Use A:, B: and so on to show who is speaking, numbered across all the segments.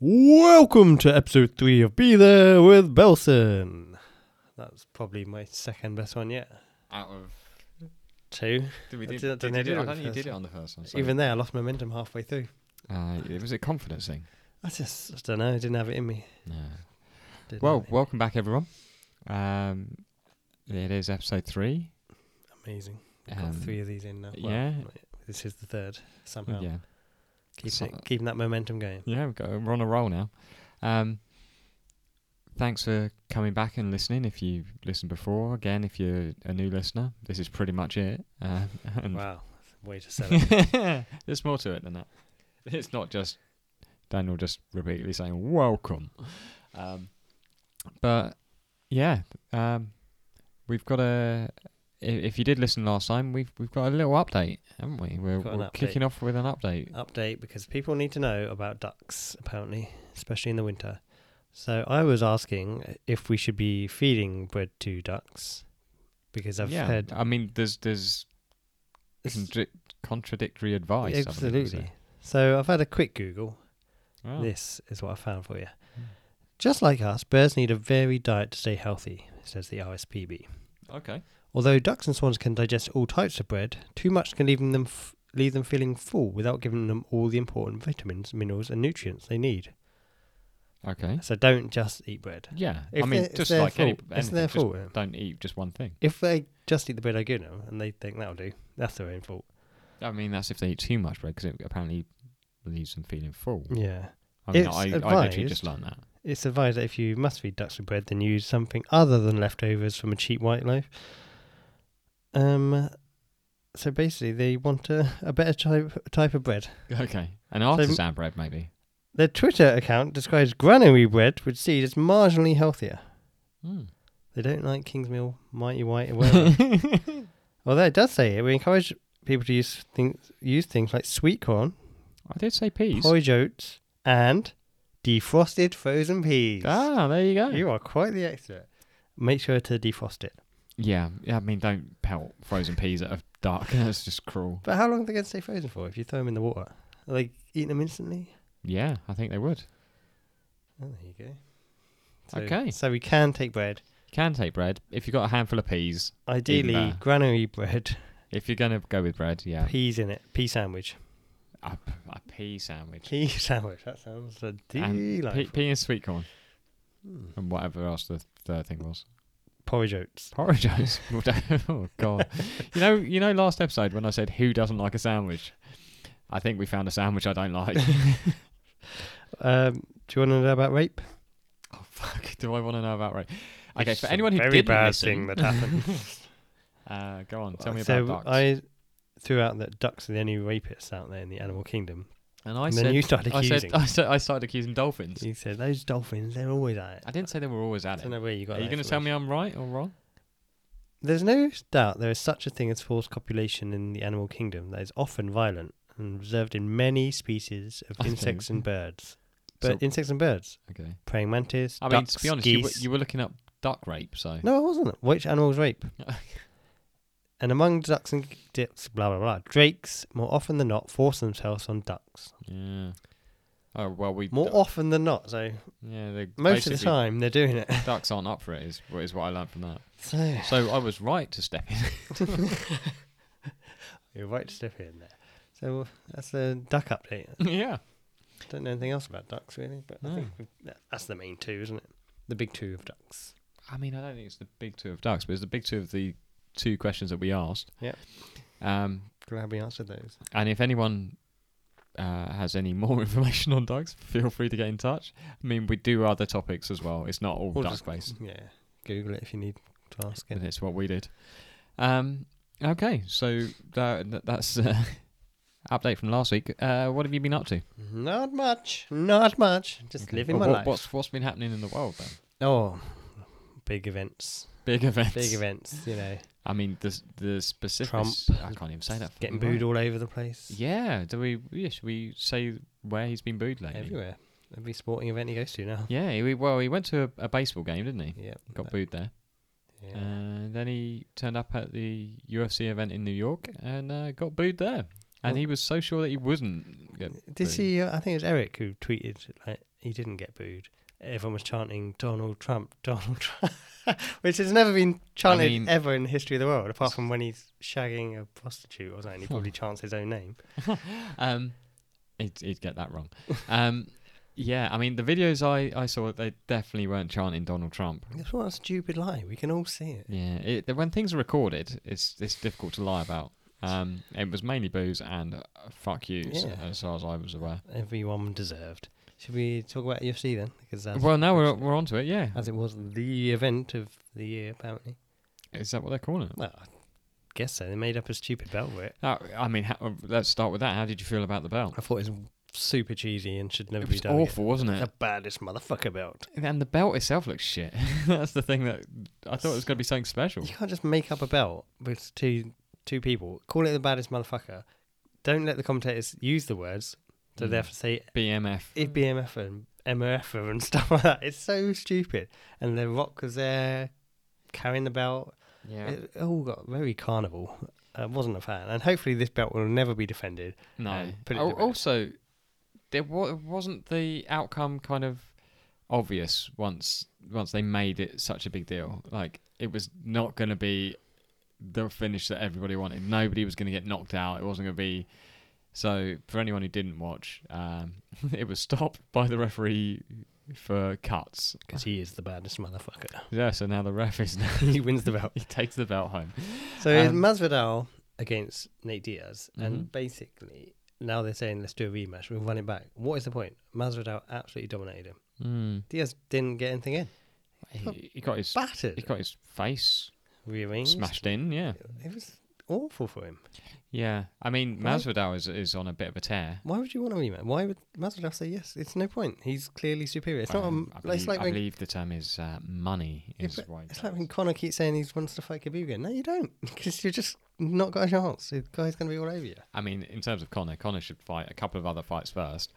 A: Welcome to episode three of Be There with Belson. That's probably my second best one yet.
B: Out of
A: Two.
B: did we
A: I
B: do,
A: did-
B: did,
A: didn't I do
B: you do
A: it
B: it?
A: on
B: I
A: the
B: don't think you
A: first
B: did it on the first one. sorry.
A: Even there, I lost momentum halfway through.
B: uh, it was a confidence thing.
A: I just, I don't know, I didn't have it in me.
B: No.
A: Didn't
B: Well,
A: have it.
B: welcome back everyone. Um, it is episode three.
A: amazing. We've got
B: um,
A: three of these in now. Well,
B: yeah.
A: This is the third, somehow.
B: Yeah,
A: Keeping,
B: So-
A: it, keeping that momentum going.
B: yeah, we go. We're on a roll now. Um, thanks for coming back and listening. If you listened before, again, if you're a new listener, this is pretty much it. Uh, and
A: Wow. Way to sell it.
B: There's more to it than that. It's not just Daniel just repeatedly saying welcome. Um, but yeah, um, we've got a. i- If you did listen last time, we've we've got a little update, haven't we? We're,
A: Got an
B: we're
A: update.
B: kicking off with an update.
A: Update because people need to know about ducks, apparently, especially in the winter. So I was asking if we should be feeding bread to ducks because I've
B: yeah,
A: heard
B: I mean, there's there's contra- contradictory advice. I believe, is
A: Absolutely. So I've had a quick Google.
B: there? Oh,
A: This is what I found for you.
B: Hmm.
A: Just like us, birds need a varied diet to stay healthy, says the RSPB.
B: Okay.
A: Although ducks and swans can digest all types of bread, too much can leave them f- leave them feeling full without giving them all the important vitamins, minerals, and nutrients they need.
B: Okay.
A: So don't just eat bread.
B: Yeah. Hmm. I
A: If
B: mean,
A: they're- if
B: just
A: they're
B: like any,
A: full- if
B: anything,
A: they're
B: just
A: full, yeah.
B: don't eat just one thing.
A: If they just eat the bread I give them and they think that'll do, that's their own fault.
B: I mean, that's if they eat too much bread because it apparently leaves them feeling full.
A: Yeah.
B: I mean,
A: It's
B: I, I literally
A: advised.
B: just learned that.
A: It's advised that if you must feed ducks with bread, then use something other than leftovers from a cheap white loaf. Um, so basically, they want a, a better type type of bread.
B: Okay. An artisan bread, maybe.
A: Their Twitter account describes granary bread with seed as marginally healthier. Hmm.
B: Mm.
A: They don't like Kingsmill, Mighty White, or whatever. Although it does say it, we encourage people to use things use things like sweet corn,
B: I did say peas.
A: porridge oats, and defrosted frozen peas.
B: Ah, there you go.
A: You are quite the expert. Make sure to defrost it.
B: Yeah. yeah. I mean, don't pelt frozen peas at a dark. That's just cruel.
A: But how long are they going to stay frozen for if you throw them in the water? Are they eating them instantly?
B: Yeah, I think they would.
A: Oh, there you go. So,
B: Okay.
A: So we can take bread.
B: Can take bread if you've got a handful of peas.
A: Ideally,
B: better.
A: granary bread,
B: If you're gonna go with bread, yeah,
A: peas in it, pea sandwich.
B: a, a pea sandwich,
A: Pea sandwich. That sounds a
B: pea,
A: delightful.
B: pea and sweet corn,
A: Mm.
B: and whatever else the third thing was.
A: Porridge oats.
B: Porridge oats. Well, don't- oh god. You know, you know. Last episode when I said who doesn't like a sandwich, I think we found a sandwich I don't like.
A: Um, do you want to know about rape?
B: oh fuck! Do I want to know about right? Okay,
A: It's
B: for
A: a
B: anyone who
A: very
B: didn't
A: bad
B: listen,
A: thing that happened.
B: uh, go on. Tell me
A: so
B: about ducks.
A: I threw out that ducks are the only rapists out there in the animal kingdom.
B: and I
A: and
B: said,
A: then you started
B: I
A: accusing.
B: said, I said, I started accusing dolphins.
A: you said those dolphins, they're always at it.
B: I didn't say they were always
A: I
B: at
A: don't
B: it.
A: know where you got.
B: Are you
A: that
B: going to tell
A: information.
B: me I'm right or wrong?
A: There's no doubt there is such a thing as forced copulation in the animal kingdom that is often violent and observed in many species of
B: Okay.
A: insects and birds. But
B: So-
A: insects and birds,
B: Okay.
A: praying mantis,
B: I mean,
A: ducks,
B: to be honest, you were,
A: geese.
B: you were looking up duck rape, so
A: No, I wasn't. Which animals rape? and among ducks and dips, blah blah blah. Drakes more often than not force themselves on ducks.
B: yeah. Oh well, we
A: More often than not. So
B: yeah. they-
A: most of the
B: basically,
A: time they're doing it.
B: ducks aren't up for it. Is, is what I learned from that.
A: So
B: So I was right to step in.
A: you're right to step in there. So that's the duck update.
B: yeah.
A: Don't know anything else about ducks really, but I
B: No.
A: think we've- that- that's the main two, isn't it? The big two of ducks.
B: I mean, I don't think it's the big two of ducks, but it's the big two of the two questions that we asked.
A: Yep.
B: Um,
A: Glad we answered those.
B: and if anyone uh, has any more information on ducks, feel free to get in touch. I mean, we do other topics as well. It's not all
A: Or
B: duck
A: just-
B: based,
A: Yeah. Google it if you need to ask
B: and
A: it.
B: it's what we did. Um, okay, so that, that- that's uh, update from last week. Uh, what have you been up to?
A: Not much. Not much. Just
B: Okay.
A: living
B: Well,
A: my life.
B: what- What's what's been happening in the world then?
A: Oh, big events.
B: Big events.
A: Big events, you know.
B: I mean, the the specific.
A: Trump.
B: I can't even say that.
A: Getting
B: fucking word.
A: booed all over the place.
B: Yeah, do we? Yeah, should we say where he's been booed lately?
A: Everywhere. Every sporting event he goes to now.
B: Yeah, he, well, he went to a, a baseball game, didn't he?
A: Yep.
B: Got
A: that-
B: booed there, Uh,
A: yeah.
B: and then he turned up at the UFC event in New York and uh, got booed there. and he was so sure that he wasn't. Get
A: Did
B: booed.
A: see? I think it was Eric who tweeted like he didn't get booed. Everyone was chanting Donald Trump, Donald Trump, which has never been chanted
B: mean-
A: ever in the history of the world, apart from when he's shagging a prostitute or something. He
B: Hmm.
A: probably chants his own name.
B: Um, he'd, he'd get that wrong. Um, yeah, I mean the videos I I saw, they definitely weren't chanting Donald Trump.
A: That's what a stupid lie. We can all see it.
B: Yeah, it, th- when things are recorded, it's it's difficult to lie about. Um, it was mainly booze and uh, fuck yous, uh,
A: Yeah.
B: as far as I was aware.
A: Everyone deserved. Should we talk about UFC then? Because that's
B: well, now we're we're onto it. Yeah,
A: as it was the event of the year apparently.
B: is that what they're calling it?
A: Well, I guess so. They made up a stupid belt for it.
B: Uh, I mean, how, let's start with that. How did you feel about the belt?
A: I thought it was super cheesy and should never
B: It
A: be E.
B: was
A: done. again.
B: awful, wasn't
A: The
B: it?
A: baddest motherfucker belt.
B: And the belt itself looks shit. That's the thing that I thought it was going to be something special.
A: You can't just make up a belt with two two people. Call it the baddest motherfucker. Don't let the commentators use the words. So
B: Mm.
A: they have to say
B: BMF.
A: if BMF and MRF and stuff like that. It's so stupid. And the Rock was there carrying the belt.
B: Yeah.
A: It all got very carnival. I wasn't a fan. And hopefully this belt will never be defended.
B: no.
A: and put it
B: Um, Al-
A: to bed.
B: also, there wa- wasn't the outcome kind of obvious once once they made it such a big deal. Like it was not going to be the finish that everybody wanted. Nobody was going to get knocked out. It wasn't going to be. So for anyone who didn't watch, um, it was stopped by the referee for cuts.
A: Because he is the baddest motherfucker.
B: Yeah. So now the ref is now
A: he wins the belt.
B: he takes the belt home.
A: So it's
B: Um,
A: Masvidal against Nate Diaz,
B: Mhm.
A: and basically now they're saying let's do a rematch. We'll run it back. What is the point? Masvidal absolutely dominated him. Diaz didn't get anything in.
B: He, he got his he
A: Battered,
B: got his face
A: rearranged.
B: smashed in. Yeah.
A: It was awful for him.
B: Yeah, I mean
A: Right?
B: Masvidal is is on a bit of a tear.
A: Why would you want a rematch? Why would Masvidal say yes? It's no point. He's clearly superior. It's
B: Um, I
A: not. A,
B: believe,
A: it's like
B: I
A: when,
B: believe the term is uh, money
A: Yeah,
B: is
A: but
B: why. he
A: it's
B: does.
A: like when Connor keeps saying he wants to fight Kabugan. No, you don't, because you just not got a chance. The guy's going to be all over you.
B: I mean, in terms of Connor, Connor should fight a couple of other fights first,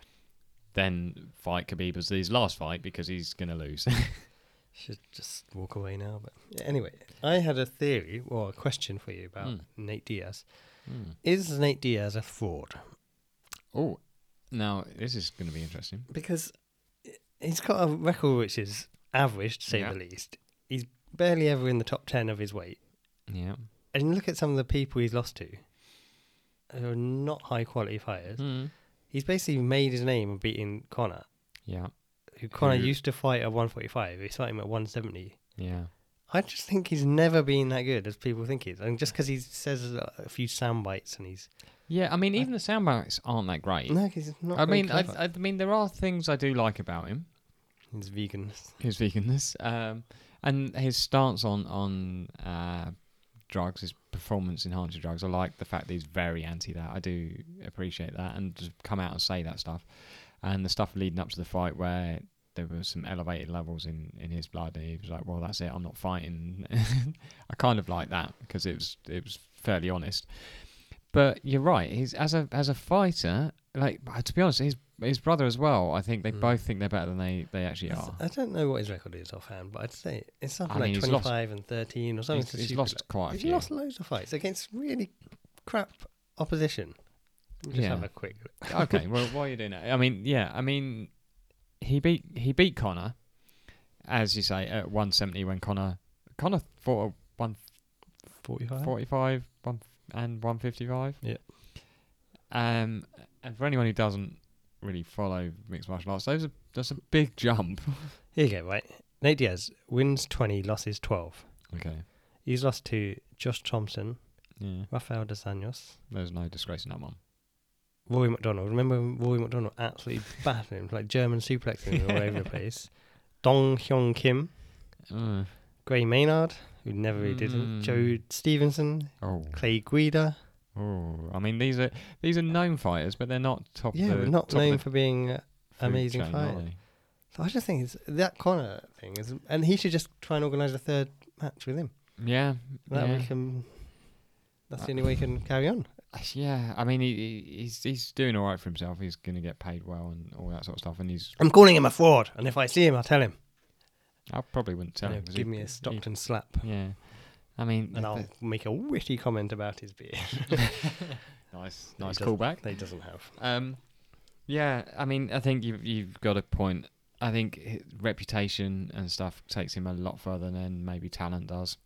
B: then fight Khabib as his last fight because he's gonna lose.
A: Should just walk away now. But yeah, anyway, I had a theory or a question for you about
B: Mm.
A: Nate Diaz. Is Nate Diaz a fraud?
B: Oh, now this is gonna be interesting.
A: Because i- he's got a record which is average, to say
B: Yeah.
A: the least. He's barely ever in the top 10 of his weight.
B: Yeah.
A: And you look at some of the people he's lost to, who are not high quality fighters.
B: Hmm.
A: He's basically made his name of beating Connor,
B: Yeah.
A: who Connor
B: Who-
A: used to fight at 145. He's fighting at 170.
B: Yeah.
A: I just think he's never been that good as people think he is. And just because he says a a few sound bites and he's.
B: Yeah. I mean, even the sound bites aren't that great.
A: Uh, No, 'cause he's not.
B: I
A: very
B: mean, I,
A: clever.
B: I mean, there are things I do like about him.
A: he's vegan.
B: his veganness um, and his stance on on uh, drugs, his performance enhancing drugs. I like the fact that he's very anti that. I do appreciate that, and just come out and say that stuff. And the stuff leading up to the fight where there were some elevated levels in in his blood, and he was like, "Well, that's it. I'm not fighting." I kind of like that because it was it was fairly honest. But you're right. He's as a as a fighter, like to be honest, his his brother as well. I think they
A: Mm.
B: both think they're better than they they actually
A: I th-
B: are.
A: I don't know what his record is offhand, but I'd say it's something
B: I mean,
A: like
B: he's lost-
A: 25 and 13 or something.
B: He's, he's
A: stupid
B: lost
A: like-
B: quite a
A: he's
B: few.
A: lost loads of fights against really crap opposition. Let me Just
B: Yeah.
A: have a quick. look.
B: okay, well, why are you doing that? I mean, yeah, I mean, he beat he beat Connor, as you say, at 170 when Connor Connor fought at
A: 45?
B: 145 one, and 155.
A: Yeah.
B: Um, and for anyone who doesn't really follow mixed martial arts, those are that's a big jump.
A: Here you go, right? Nate Diaz wins 20, losses 12.
B: Okay.
A: He's lost to Josh Thompson,
B: Yeah,
A: Rafael dos Anjos,
B: there's no disgrace in that one.
A: Rory McDonald. Remember when Rory McDonald absolutely battered him, like German suplexing him all over the place. Dong Hyun Kim,
B: Uh,
A: Gray Maynard, who never really did it,
B: Mm.
A: Joe Stevenson,
B: oh,
A: Clay Guida.
B: oh! I mean, these are these are known fighters, but they're not top.
A: Yeah,
B: the,
A: we're not
B: top
A: known
B: of
A: for being. uh,
B: the food
A: amazing
B: chain, are
A: fighters.
B: they?
A: So I just think it's that Connor thing is, and he should just try and organise a third match with him.
B: Yeah,
A: That
B: yeah. Uh.
A: we can. That's the only way he can carry on.
B: Yeah, I mean, he, he- he's he's doing all right for himself. He's going to get paid well and all that sort of stuff. And he's
A: I'm calling him a fraud, and if I see him, I'll tell him.
B: I probably wouldn't tell
A: You know,
B: him. 'cause
A: give
B: he-
A: me a
B: he-
A: Stockton slap.
B: yeah. I mean,
A: and
B: the-
A: I'll make a witty comment about his beard.
B: nice, nice
A: doesn't-
B: callback.
A: They doesn't have.
B: Um, yeah, I mean, I think you've you've got a point. I think hi- reputation and stuff takes him a lot further than maybe talent does.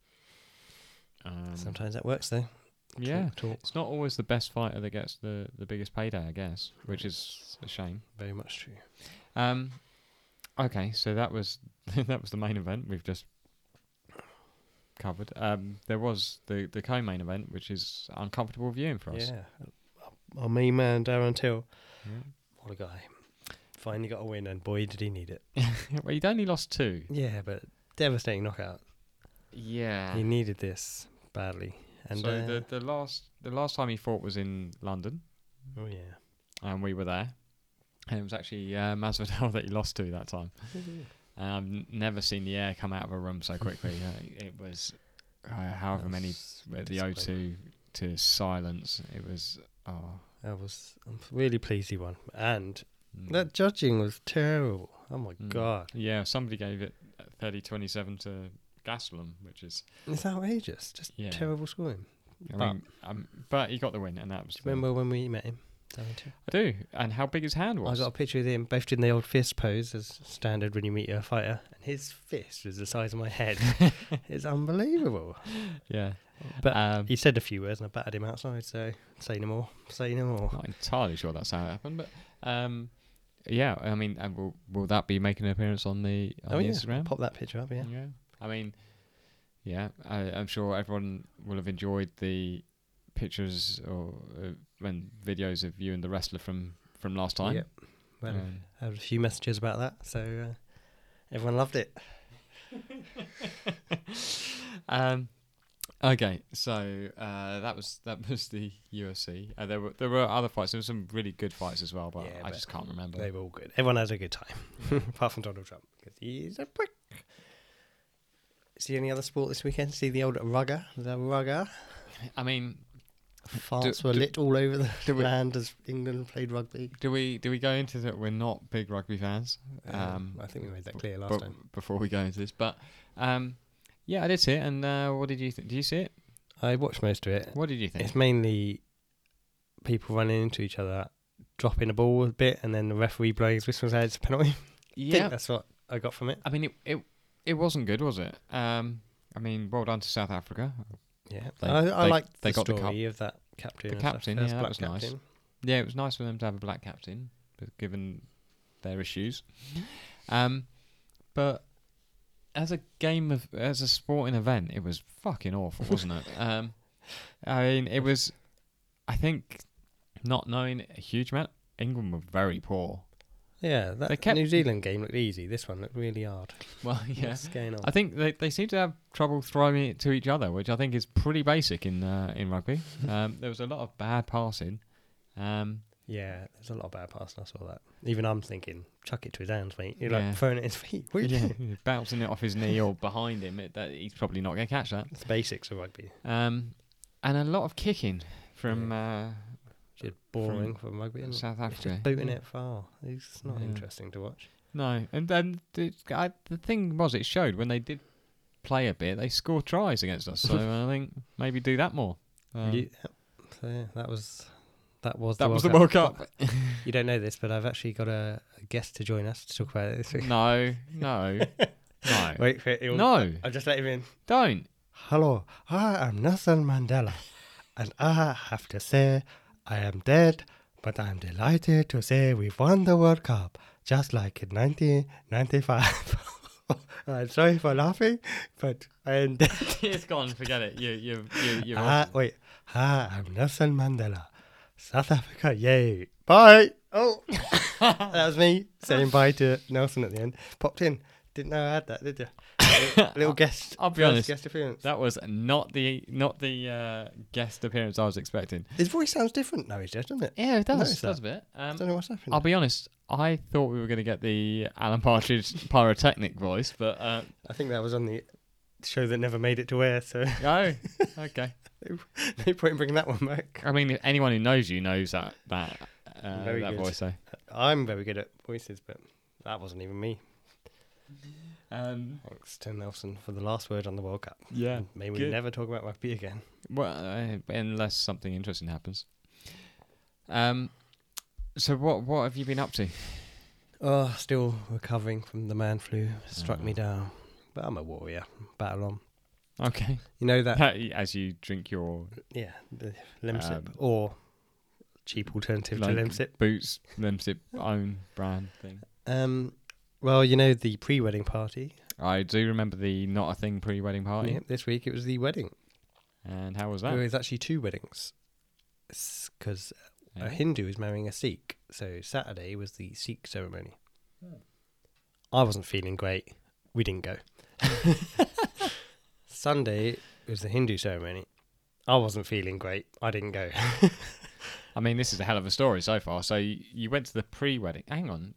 B: Um,
A: Sometimes that works though.
B: yeah,
A: Talk, talk.
B: it's not always the best fighter that gets the the biggest payday, I guess, which is a shame.
A: Very much true.
B: Um, okay, so that was that was the main event we've just covered. Um, there was the the co-main event, which is uncomfortable viewing for us.
A: Yeah. Our main man, Darren Till.
B: Yeah.
A: What a guy. Finally got a win, and boy, did he need it.
B: well, he'd only lost two.
A: Yeah, but devastating knockout.
B: Yeah.
A: He needed this badly. And
B: so
A: uh,
B: the the last the last time he fought was in London,
A: oh yeah,
B: and we were there, and it was actually uh, Masvidal that he lost to that time. And I've n- never seen the air come out of a room so quickly. uh, it was uh, however many uh,
A: That
B: the
A: was
B: O2 to silence. It was oh.
A: I was I'm really pleased he won, and
B: mm.
A: that judging was terrible. Oh my
B: Mm.
A: god,
B: Yeah, somebody gave it 30-27 to Gaslam, which is
A: it's outrageous. Just
B: Yeah.
A: terrible scoring.
B: I
A: But-
B: mean, um, but he got the win, and that was.
A: Do you remember when we met him? Darren Till?
B: the- I do, and how big his hand
A: I
B: was.
A: got a picture with him, both in the old fist pose, as standard when you meet a fighter, and his fist was the size of my head. it's unbelievable.
B: yeah,
A: But uh,
B: um,
A: he said a few words, and I battered him outside. So say no more. Say no more.
B: not entirely sure that's how it happened, but um, yeah, I mean, and will will that be making an appearance on the on
A: oh
B: the
A: yeah,
B: Instagram?
A: pop that picture up. Yeah.
B: I mean, yeah, I, I'm sure everyone will have enjoyed the pictures or uh, when videos of you and the wrestler from from last time.
A: Yep. Well,
B: Um,
A: I had a few messages about that, so uh, everyone loved it.
B: Um, okay, so uh, that was that was the UFC. Uh, there were there were other fights. There were some really good fights as well, but
A: Yeah,
B: I
A: but
B: just can't remember.
A: They were all good. Everyone had a good time, apart from Donald Trump because he's a prick. See any other sport this weekend? See the old rugger, the rugger.
B: I mean,
A: Farts
B: do-
A: were lit all over the
B: do we-
A: land as England played rugby.
B: do we do we go into that? We're not big rugby fans.
A: Um,
B: Um,
A: I think we made that clear last
B: but-
A: time.
B: before we go into this, but um, yeah, I did see it. And uh, what did you think? Did you see it?
A: I watched most of it.
B: What did you think?
A: It's mainly people running into each other, dropping a ball a bit, and then the referee blowing his whistle and says it's a penalty. I think
B: yeah,
A: that's what I got from it.
B: I mean, it, it it wasn't good, was it? Um, I mean, well done to South Africa.
A: Yeah,
B: They-
A: I, I
B: they-
A: like
B: they
A: the
B: got the cup.
A: story of that captain.
B: The
A: and stuff.
B: captain,
A: First
B: yeah, that
A: black
B: was nice.
A: captain.
B: Yeah, it was nice for them to have a black captain, but given their issues. Um, but as a game of as a sporting event, it was fucking awful, wasn't it? Um, I mean, it was. I think not knowing a huge amount, England were very poor.
A: Yeah,
B: They
A: that
B: kept-
A: New Zealand game looked easy. This one looked really hard.
B: Well,
A: What's going on?
B: I think they, they seem to have trouble throwing it to each other, which I think is pretty basic in uh, in rugby. Um, there was a lot of bad passing. Um,
A: yeah, there's a lot of bad passing. I saw that. Even I'm thinking, chuck it to his hands, mate. You're
B: Yeah.
A: like throwing it at his feet. What are you
B: yeah,
A: doing?
B: bouncing it off his knee or behind him, it, that, he's probably not going to catch that.
A: It's the basics of rugby.
B: Um, and a lot of kicking from uh,
A: Just boring from rugby. Isn't it?
B: South
A: It's
B: Africa.
A: just booting it far. It's not
B: Yeah.
A: interesting to watch.
B: No, and then the, I, the thing was, it showed when they did play a bit, they scored tries against us. So I think maybe do that more. Um,
A: You- so yeah, that was that was
B: that
A: the
B: was the
A: World Cup.
B: World Cup.
A: You don't know this, but I've actually got a, a guest to join us to talk about it this week.
B: no, no, no.
A: Wait for it. It'll,
B: No,
A: I'll just let him in.
B: don't.
A: Hello, I am Nelson Mandela, and I have to say, I am dead, but I'm delighted to say we've won the World Cup, just like in 1995. I'm sorry for laughing, but I am dead.
B: it's gone. Forget it. You, you, you, you.
A: Ah, wait, hi, I'm Nelson Mandela, South Africa, yay. Bye. Oh, that was me saying bye to Nelson at the end. Popped in. Didn't know I had that, did you? Little- Little guest.
B: Uh, I'll be
A: first
B: honest.
A: Guest appearance.
B: That was not the not the uh, guest appearance I was expecting.
A: His voice sounds different now, he's dead, doesn't it?
B: Yeah, it
A: Noticed
B: does a bit.
A: I
B: Um,
A: don't know what's happened.
B: I'll be honest. I thought we were going to get the Alan Partridge pyrotechnic voice, but uh,
A: I think that was on the show that never made it to air, so
B: no. Okay.
A: no point in bringing that one back.
B: I mean, anyone who knows you knows that that uh,
A: Very
B: that
A: good.
B: voice. So.
A: I'm very good at voices, but that wasn't even me.
B: Um,
A: Thanks to Nelson for the last word on the World Cup.
B: yeah.
A: May we
B: good.
A: never talk about rugby again.
B: Well, uh, unless something interesting happens. Um, so what what have you been up to?
A: Oh, still recovering from the man flu. Struck me
B: Oh.
A: down. But I'm a warrior. Battle on.
B: Okay,
A: You know that,
B: as you drink your
A: yeah, the Limsip
B: Um,
A: or cheap alternative
B: like,
A: to Limsip.
B: boots, Limsip own brand thing.
A: Um, well, you know the pre-wedding party.
B: I do remember the not a thing pre-wedding party,
A: Yeah, this week it was the wedding.
B: and how was
A: There
B: that?
A: was actually two weddings, because
B: Yeah.
A: a Hindu is marrying a Sikh. So Saturday was the Sikh ceremony. I wasn't feeling great. We didn't go. Sunday was the Hindu ceremony. I wasn't feeling great. I didn't go.
B: I mean, this is a hell of a story so far. So you, you went to the pre-wedding. Hang on,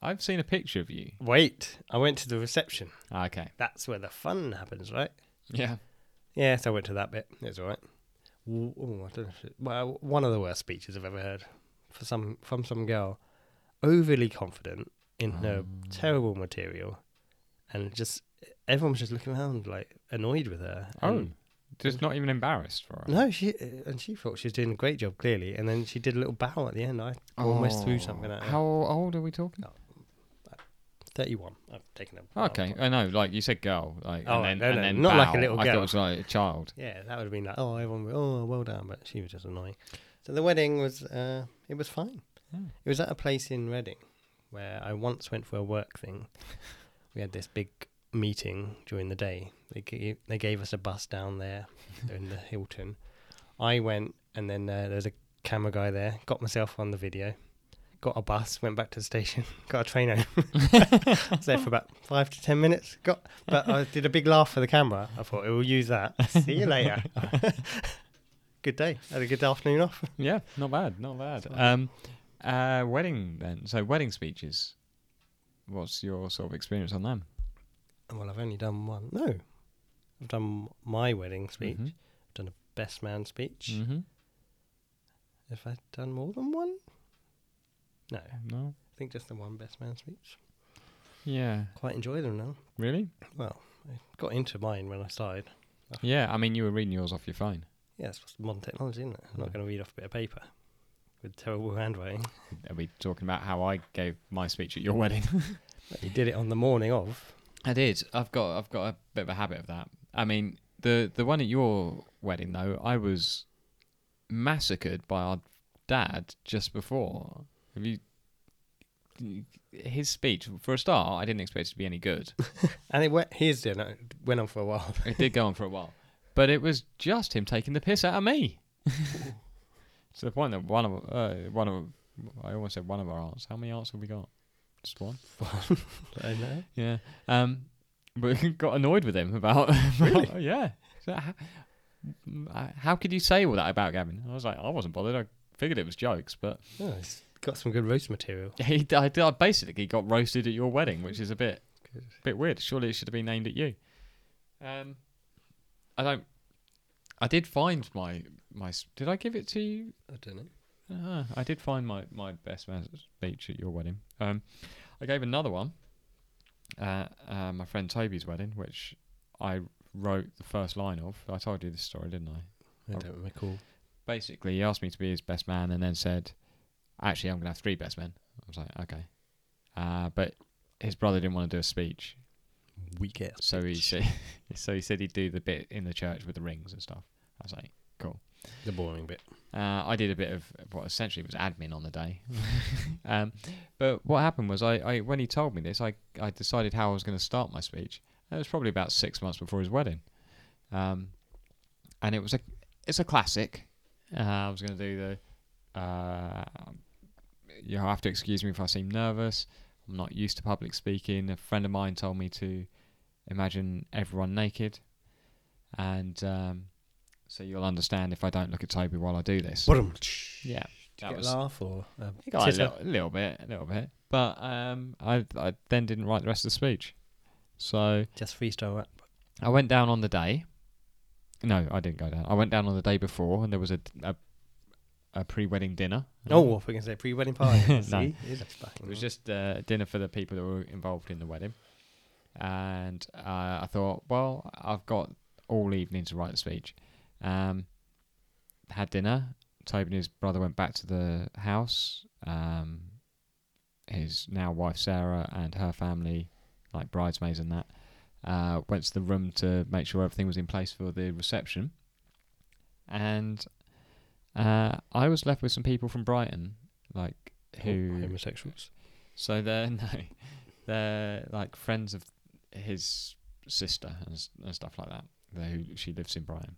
B: I've seen a picture of you.
A: Wait, I went to the reception.
B: Ah, Okay,
A: That's where the fun happens, right?
B: yeah.
A: Yes, I went to that bit. It was all right. W- Oh, I don't know if it, well, one of the worst speeches I've ever heard for some from some girl, overly confident in
B: Hmm. Um,
A: her terrible material, and just everyone was just looking around like annoyed with her.
B: Oh,
A: and-
B: just not even embarrassed for it.
A: no, she and she thought she was doing a great job clearly, and then she did a little bow at the end. I almost threw something at her.
B: Oh. How old are we talking?
A: Thirty-one. I've taken a bow
B: Okay,
A: point.
B: I know. Like you said, girl. Like,
A: Oh,
B: and then,
A: no,
B: and
A: no,
B: then
A: not like a
B: bow.
A: little
B: I thought it
A: girl.
B: was like a child.
A: Yeah, that would have been like, oh, everyone, would- oh, well done. But she was just annoying. So the wedding was, uh, it was fine.
B: Hmm.
A: It was at a place in Reading where I once went for a work thing. We had this big meeting during the day. They gave, they gave us a bus down there in the Hilton. I went, and then uh, there was a camera guy there. Got myself on the video. Got a bus, went back to the station, got a train home. I was there for about five to ten minutes. Got, but I did a big laugh for the camera. I thought, we'll use that. See you later. good day. Had a good afternoon off.
B: Yeah, not bad, not bad.
A: Sorry.
B: Um, uh, wedding then. So wedding speeches. What's your sort of experience on them?
A: Well, I've only done one. No, I've done my wedding speech.
B: Mhm.
A: I've done a best man speech.
B: Mhm.
A: Have I done more than one? No, I
B: No.
A: think just the one best man speech.
B: Yeah.
A: Quite enjoy them now.
B: Really?
A: Well, I got into mine when I started.
B: Yeah. I mean, you were reading yours off your phone.
A: Yeah, it's just modern technology, isn't it? I'm not
B: Mhm.
A: going to read off a bit of paper with terrible handwriting.
B: Are we talking about how I gave my speech at your wedding?
A: you did it on the morning of.
B: I did. I've got I've got a bit of a habit of that. I mean, the the one at your wedding though, I was massacred by our dad just before. Have you? His speech for a start, I didn't expect it to be any good.
A: And it went, his dinner went on for a while.
B: It did go on for a while, but it was just him taking the piss out of me. to the point that one of uh, one of I almost said one of our aunts. How many aunts have we got? Just one.
A: I know.
B: Yeah. Um, but got annoyed with him about. about- yeah. So how, uh, how could you say all that about Gavin? I was like, I wasn't bothered. I figured it was jokes, but
A: Oh, it's got some good roast material.
B: he, I, I basically got roasted at your wedding, which is a bit,
A: Good.
B: bit weird. Surely it should have been named at you. Um, I don't. I did find my my. s- Did I give it to you?
A: I don't know.
B: Ah, I did find my, my best man speech at your wedding. Um, I gave another one, uh, uh, my friend Toby's wedding, which I wrote the first line of. I told you this story, didn't I?
A: I
B: Oh.
A: don't recall.
B: Basically, he asked me to be his best man and then said, Actually, I'm going to have three best men. I was like, Okay. Uh, but his brother didn't want to do a speech,
A: Weak ass.
B: so he, said, so he said he'd do the bit in the church with the rings and stuff. I was like, Cool.
A: The boring bit.
B: Uh, I did a bit of what essentially was admin on the day. um, but what happened was, I, I when he told me this, I, I decided how I was going to start my speech. And it was probably about six months before his wedding, um, and it was a it's a classic. Uh, I was going to do the uh, you have to excuse me if I seem nervous. I'm not used to public speaking. A friend of mine told me to imagine everyone naked, and um, so you'll understand if I don't look at Toby while I do this.
A: Boom.
B: Yeah,
A: Did you
B: that
A: get a
B: was-
A: laugh or a
B: I got a
A: titter?
B: little, little bit, a little bit. But um, I, I then didn't write the rest of the speech. So
A: just freestyle rap?
B: I went down on the day. No, I didn't go down. I went down on the day before, and there was a a, a pre-wedding dinner.
A: Oh, if we can say pre-wedding party.
B: No.
A: See, it is a fucking.
B: It was just uh, a dinner for the people that were involved in the wedding. and uh, I thought, well, I've got all evening to write a speech. Um, had dinner. Toby and his brother went back to the house. Um, his now wife Sarah and her family, like bridesmaids and that, uh, went to the room to make sure everything was in place for the reception. And uh, I was left with some people from Brighton, like
A: Oh,
B: who
A: homosexuals?
B: so they're no, they're like friends of his sister and, s- and stuff like that. They, who she lives in Brighton,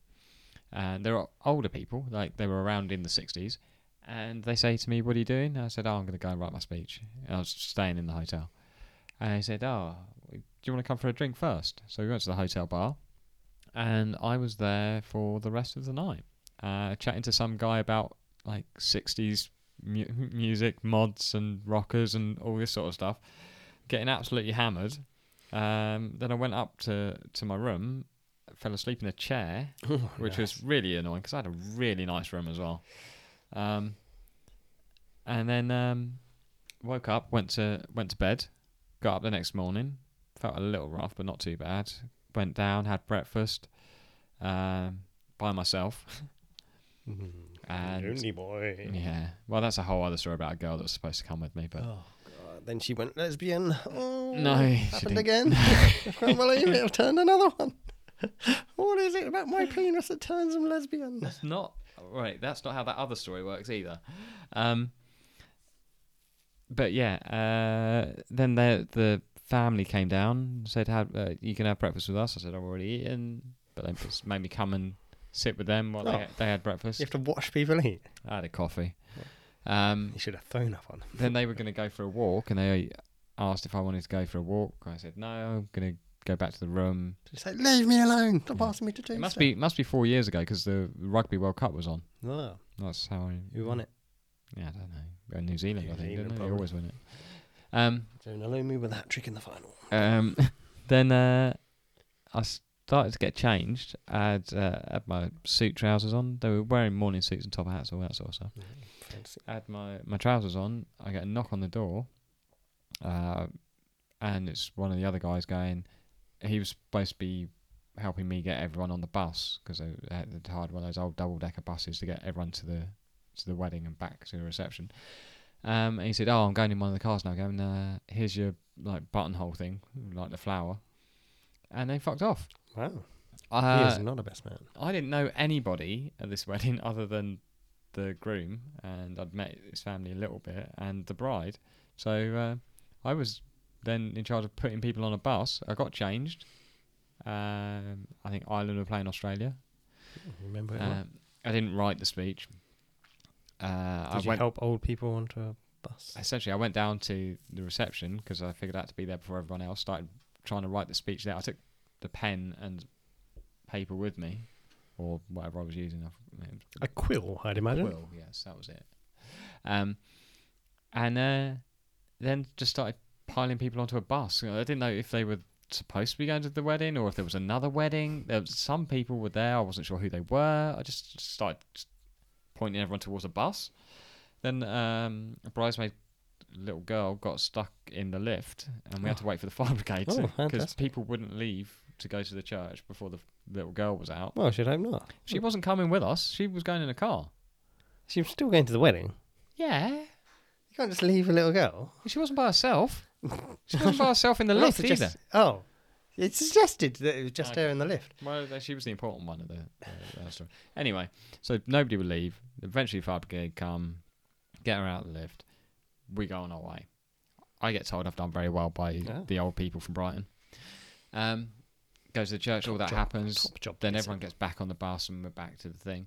B: and they're o- older people. Like they were around in the sixties, and they say to me, "What are you doing?" I said, "Oh, I'm going to go and write my speech." And I was staying in the hotel, and they said, "Oh, do you want to come for a drink first? So we went to the hotel bar, and I was there for the rest of the night, uh, chatting to some guy about like sixties mu- music mods and rockers and all this sort of stuff, getting absolutely hammered. Um, then I went up to, to my room, fell asleep in a chair,
A: Oh,
B: which was really annoying because I had a really nice room as well. Um, and then um, woke up, went to went to bed, got up the next morning, felt a little rough but not too bad. Went down, had breakfast um, by myself.
A: Mm.
B: And-
A: Lonely boy.
B: Yeah. Well, that's a whole other story about a girl that was supposed to come with me, but
A: Oh god! Then she went lesbian. Oh,
B: No,
A: it
B: she
A: happened
B: didn't.
A: again. I can't believe it. I've turned another one. what is it about my penis that turns them lesbian?
B: That's not right. That's not how that other story works either. Um, but yeah, uh, then the the family came down, said, "Have uh, you can have breakfast with us?" I said, "I've already eaten," but they just made me come and sit with them while they,
A: Oh.
B: they had breakfast.
A: You have to watch people eat.
B: I had a coffee. Um,
A: You should have thrown up on. them.
B: then they were going to go for a walk, and they asked if I wanted to go for a walk. I said, "No, I'm going to go back to the room."
A: Just like leave me alone. Stop
B: Yeah.
A: asking me to do.
B: It must
A: stuff."
B: be must be four years ago because the Rugby World Cup was on.
A: Oh,
B: That's how I.
A: who won it?
B: Yeah, I don't know. Uh, New Zealand,
A: New
B: I think.
A: Zealand,
B: didn't they? They
A: probably.
B: always win it. Um,
A: Don't allow me with that trick in the final.
B: um, then uh, I started to get changed. I had, uh, had my suit trousers on. They were wearing morning suits and top hats, all that sort of stuff.
A: Fancy.
B: I had my, my trousers on. I get a knock on the door. Uh, and it's one of the other guys going, he was supposed to be helping me get everyone on the bus because they had they'd hired one of those old double decker buses to get everyone to the to the wedding and back to the reception. Um, and he said, "Oh, I'm going in one of the cars now. Going, uh, here's your like buttonhole thing, like the flower." And they fucked off.
A: Wow,
B: Uh,
A: he is not a best man.
B: I didn't know anybody at this wedding other than the groom, and I'd met his family a little bit and the bride. So uh, I was then in charge of putting people on a bus. I got changed. Um, I think Ireland were playing Australia.
A: Remember it? well.
B: Um, I didn't write the speech. Uh, I
A: Did you
B: went
A: help old people onto a bus?
B: essentially. I went down to the reception because I figured I had to be there before everyone else. Started trying to write the speech there. I took the pen and paper with me, or whatever I was using. I, it was
A: A quill, I'd imagine.
B: Quill, yes, that was it. Um, and uh, then just started piling people onto a bus. You know, I didn't know if they were supposed to be going to the wedding or if there was another wedding. There was, some people were there. I wasn't sure who they were. I just started just pointing everyone towards a bus. Then um, a bridesmaid little girl got stuck in the lift, and we had to wait for the fire brigade
A: Oh,
B: because
A: fantastic.
B: people wouldn't leave to go to the church before the little girl was out.
A: Well, I should hope not.
B: She wasn't coming with us. She was going in a car.
A: She was still going to the wedding.
B: Yeah.
A: You can't just leave a little girl.
B: Well, She wasn't by herself. She wasn't by herself in the lift
A: Lots of
B: either.
A: just- Oh, it suggested that it was just
B: Okay.
A: her in the lift.
B: Well, th- she was the important one of the, uh, the story. Anyway, so nobody would leave. Eventually, fire brigade come, get her out of the lift. We go on our way. I get told I've done very well by
A: Oh.
B: the old people from Brighton. Um, go to the church. all that
A: job,
B: happens.
A: Top job.
B: Then
A: yes.
B: everyone gets back on the bus and we're back to the thing.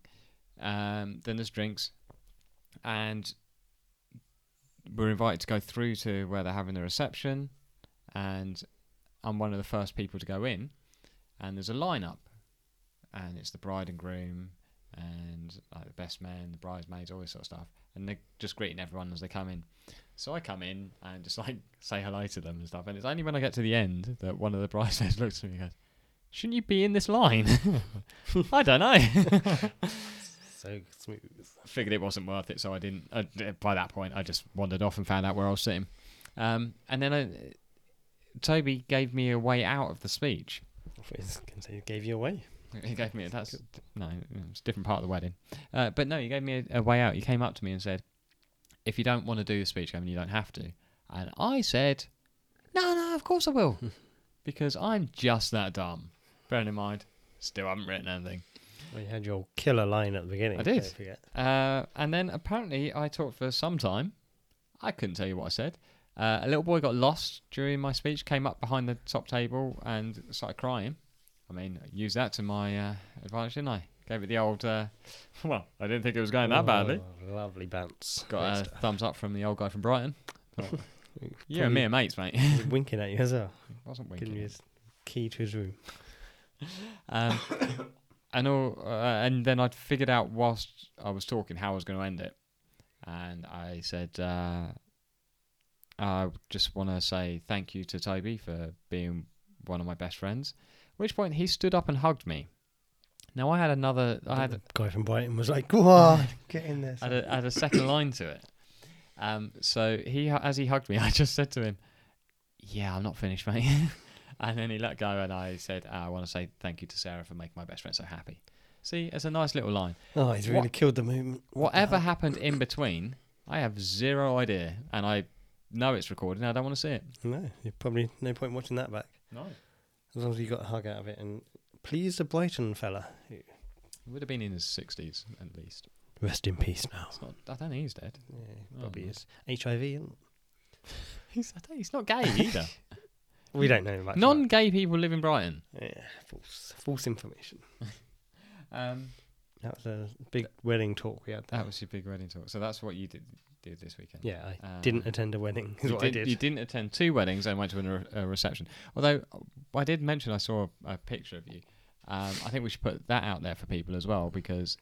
B: Um, then there's drinks, and we're invited to go through to where they're having the reception, and I'm one of the first people to go in, and there's a lineup, and it's the bride and groom, and like the best man, the bridesmaids, all this sort of stuff, and they're just greeting everyone as they come in. So I come in and just like say hello to them and stuff, and it's only when I get to the end that one of the bridesmaids looks at me and goes shouldn't you be in this line? I don't know.
A: so smooth.
B: Figured it wasn't worth it, so I didn't. I, by that point, I just wandered off and found out where I was sitting. Um, and then I, Toby gave me a way out of the speech.
A: It's gonna say it gave you away.
B: He gave me that's no, it's a different part of the wedding. Uh, but no, he gave me a, a way out. He came up to me and said, "If you don't want to do the speech, I mean, you don't have to." And I said, "No, no, of course I will, because I'm just that dumb." Bearing in mind, still haven't written anything.
A: Well, you had your killer line at the beginning.
B: I did.
A: Don't forget.
B: Uh, and then apparently I talked for some time. I couldn't tell you what I said. Uh, a little boy got lost during my speech, came up behind the top table and started crying. I mean, I used that to my uh, advantage, didn't I? Gave it the old, uh, well, I didn't think it was going that badly.
A: Oh, lovely bounce.
B: Got a thumbs up from the old guy from Brighton.
A: Oh.
B: You
A: Probably
B: and me are mates, mate.
A: He's winking at you as well.
B: wasn't
A: Giving you
B: winking.
A: his key to his room.
B: Um, and all, uh, and then I'd figured out whilst I was talking how I was going to end it, and I said, uh, I just want to say thank you to Toby for being one of my best friends. At which point he stood up and hugged me. Now I had another, I had
A: the guy from Brighton was like, "Go on, get in there."
B: add a, add a second line to it. Um, so he, hu- as he hugged me, I just said to him, "Yeah, I'm not finished, mate." and then he let go, and I said, "Ah, "I want to say thank you to Sarah for making my best friend so happy." See, it's a nice little line.
A: Oh, he's really
B: What-
A: killed the movement.
B: Whatever happened in between, I have zero idea, and I know it's recorded. and I don't want to see it.
A: No, you probably no point watching that back.
B: No,
A: As long as you got a hug out of it and please the Brighton fella.
B: he would have been in his sixties at least.
A: Rest in peace now.
B: It's not. I don't think he's dead.
A: Yeah,
B: Oh,
A: probably
B: no.
A: is HIV. isn't it?
B: He's. I don't, he's not gay either.
A: We don't know much. about-
B: Non-gay people live in Brighton.
A: Yeah, false, false information.
B: Um,
A: That was a big wedding talk we had.
B: that was your big wedding talk. So that's what you did did this weekend.
A: Yeah, I
B: Uh,
A: didn't attend a wedding. Is
B: You,
A: what
B: did,
A: I did.
B: you didn't attend two weddings and went to an- uh, a reception. Although I did mention I saw a, a picture of you. Um, I think we should put that out there for people as well because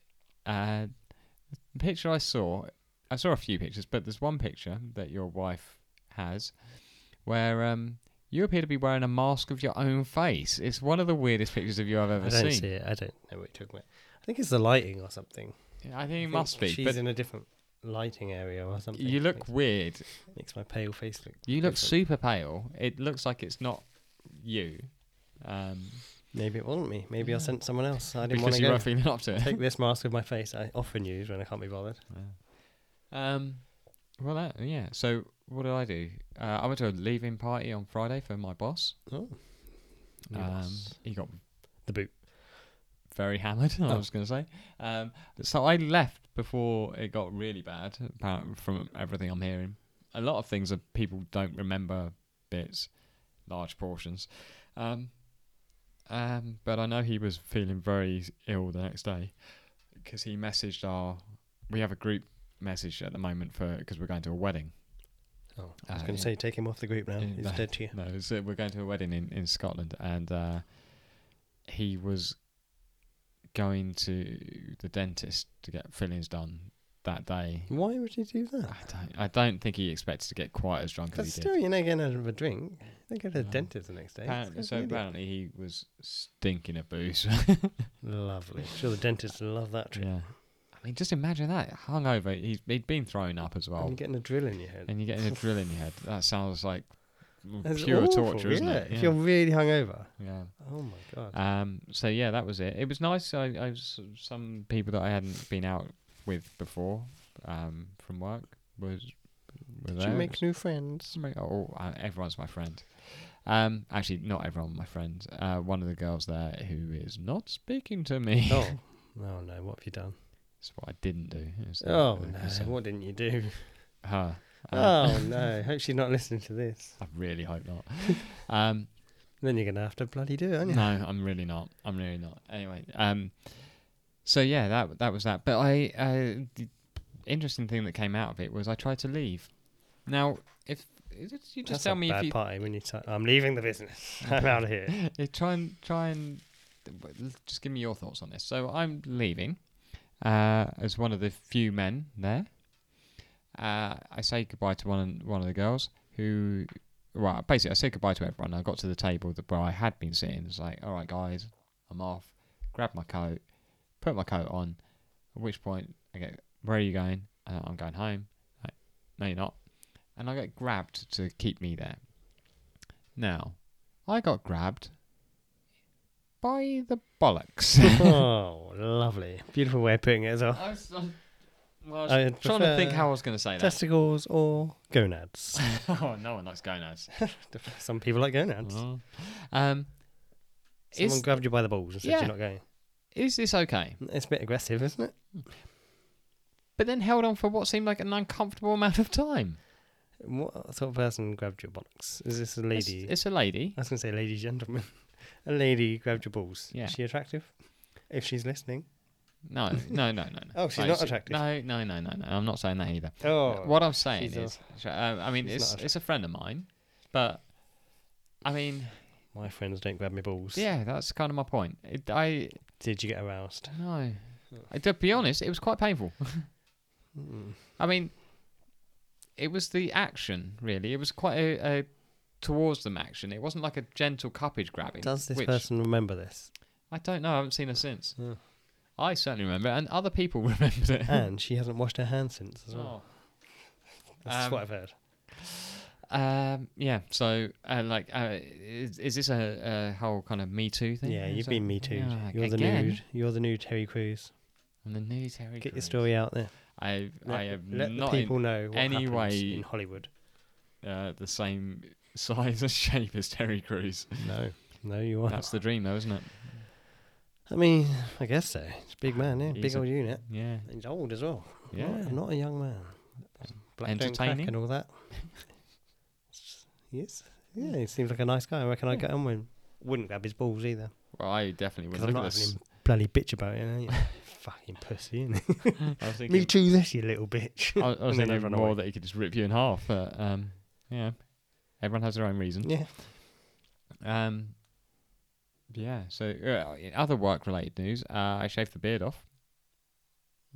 B: uh, the picture I saw, I saw a few pictures, but there's one picture that your wife has where um, you appear to be wearing a mask of your own face. It's one of the weirdest pictures of you I've ever
A: I don't
B: seen.
A: see it. I don't know what you're talking about. I think it's the lighting or something.
B: I think
A: I
B: it
A: think
B: must be,
A: She's
B: but
A: in a different lighting area or something.
B: you look
A: makes,
B: weird.
A: makes my pale face look.
B: You look
A: different.
B: super pale. It looks like it's not you. Um,
A: Maybe it wasn't me. Maybe I
B: Yeah.
A: sent someone else. I didn't want
B: because
A: to
B: you
A: go.
B: were feeling up to it.
A: Take this mask with my face. I often use when I can't be bothered.
B: Um, well, that, yeah. So what did I do? Uh, I went to a leave-in party on Friday for my boss.
A: Oh. New
B: Um,
A: boss.
B: he got
A: The boot.
B: very hammered. I
A: Oh.
B: was going to say. Um, so I left before it got really bad. Apparently, from everything I'm hearing, a lot of things that people don't remember bits, large portions. Um, um, but I know he was feeling very ill the next day because he messaged our. We have a group message at the moment for because we're going to a wedding.
A: Oh, I was going
B: Uh,
A: to
B: yeah. Uh,
A: say, take him off the group now.
B: Yeah,
A: He's
B: no.
A: dead to you.
B: No, it's, uh, we're going to a wedding in, in Scotland, and uh, he was going to the dentist to get fillings done that day.
A: Why would you do that?
B: I don't, I don't think he expected to get quite as drunk
A: Because
B: as he did.
A: still, you're not getting out of a drink. They go to the
B: No.
A: dentist the next day. It's
B: Apparently, so
A: completely-
B: apparently he was stinking of booze.
A: Lovely. Sure, the dentists love that trick.
B: yeah, I mean, just imagine that hungover. He's, he'd been thrown up as
A: And
B: well,
A: you're getting a drill in your head.
B: and you're getting a drill in your head. That sounds like
A: That's
B: pure
A: awful,
B: torture, isn't
A: yeah,
B: it?
A: If you're really hungover.
B: yeah.
A: Oh my god.
B: Um, so yeah, that was it. It was nice. I, I was, some people that I hadn't been out with before, um, from work was. Were
A: Did
B: there.
A: you make new friends?
B: Some make- oh, uh, everyone's my friend. Um, actually, not everyone my friend. Uh, one of the girls there who is not speaking to me.
A: Oh. Oh no, what have you done?
B: That's what I didn't do. uh, is the-
A: Oh
B: the
A: no,
B: concern.
A: what didn't you do?
B: Her. Uh,
A: Oh no, hope she's not listening to this.
B: I really hope not. Um,
A: Then you're gonna have to bloody do it, aren't you?
B: No, I'm really not. I'm really not. Anyway, um, so yeah, that that was that. But I, uh, the interesting thing that came out of it was I tried to leave. Now, if you just
A: That's
B: tell
A: a
B: me
A: bad
B: if you
A: party when you say, I'm leaving the business. I'm out of here.
B: yeah, try and try and just give me your thoughts on this. So I'm leaving uh, as one of the few men there. Uh, I say goodbye to one one of the girls who, well, basically I said goodbye to everyone. I got to the table that where I had been sitting. It's like, all right, guys, I'm off. Grab my coat, put my coat on. At which point I get, where are you going? Uh, I'm going home. Like, no, you're not. And I get grabbed to keep me there. Now, I got grabbed by the bollocks.
A: oh, lovely. Beautiful way of putting it as well.
B: I was, um, well, I was
A: I
B: trying to think
A: prefer
B: how I was going to say that.
A: Testicles or gonads?
B: oh, no one likes gonads.
A: Some people like gonads.
B: Oh. Um,
A: Someone
B: is,
A: grabbed you by the balls and said
B: Yeah.
A: you're not going.
B: is this okay?
A: It's a bit aggressive, isn't it?
B: But then held on for what seemed like an uncomfortable amount of time.
A: What sort of person grabbed your bollocks? Is this a
B: It's-
A: lady?
B: It's, a lady.
A: I was going to say lady gentleman. a lady grabbed your balls.
B: Yeah.
A: Is she attractive? If she's listening.
B: No, no, no, no. no.
A: Oh, she's
B: No,
A: not
B: she-
A: attractive.
B: No, no, no, no, no. I'm not saying that either.
A: Oh.
B: what I'm saying
A: she's a-
B: is, uh, I mean,
A: she's
B: it's
A: not
B: it's a friend of mine, but I mean,
A: My friends don't grab me balls.
B: yeah, that's kind of my point. It, I
A: Did you get aroused?
B: no, I, to be honest, it was quite painful.
A: Mm.
B: I mean, it was the action really. It was quite a, a towards them action. It wasn't like a gentle cuppage grabbing.
A: Does this
B: which
A: person remember this?
B: I don't know. I haven't seen her since.
A: Oh.
B: I certainly remember, it, and other people remembered it.
A: and she hasn't washed her hands since as well.
B: Oh.
A: That's
B: um,
A: what I've heard.
B: Um, yeah. So, uh, like, uh, is, is this a, a whole kind of Me Too thing?
A: Yeah,
B: Is
A: you've
B: that-
A: been me too.
B: Yeah,
A: You're the
B: again?
A: nude. You're the new Terry Crews.
B: I'm the new Terry.
A: Get your
B: Crews.
A: story out there.
B: I
A: Let,
B: I am
A: let
B: not
A: the people know what
B: any
A: happens
B: way-
A: in Hollywood.
B: in, uh, the same size and shape as Terry Crews.
A: No, no, you aren't.
B: That's the dream, though, isn't it?
A: I mean, I guess so. It's a big man, yeah,
B: He's
A: big
B: a-
A: old unit.
B: Yeah.
A: And He's old as well.
B: Yeah.
A: Not- not a young man. Black don't crack
B: Entertaining.
A: and all that. yes, yeah, he seems like a nice guy. I reckon I'd get on with. him. Wouldn't grab his balls either.
B: Well, I definitely would
A: Because I'm
B: look
A: not
B: at
A: having
B: this.
A: him bloody bitch about it. Are you? Fucking pussy, innit?
B: I was thinking,
A: Me too, this you little bitch.
B: I, I was
A: And then
B: thinking
A: I'd run
B: more
A: away.
B: that he could just rip you in half, but um, yeah, everyone has their own reason.
A: yeah.
B: Um, yeah. So, uh, in other work-related news, uh, I shaved the beard off.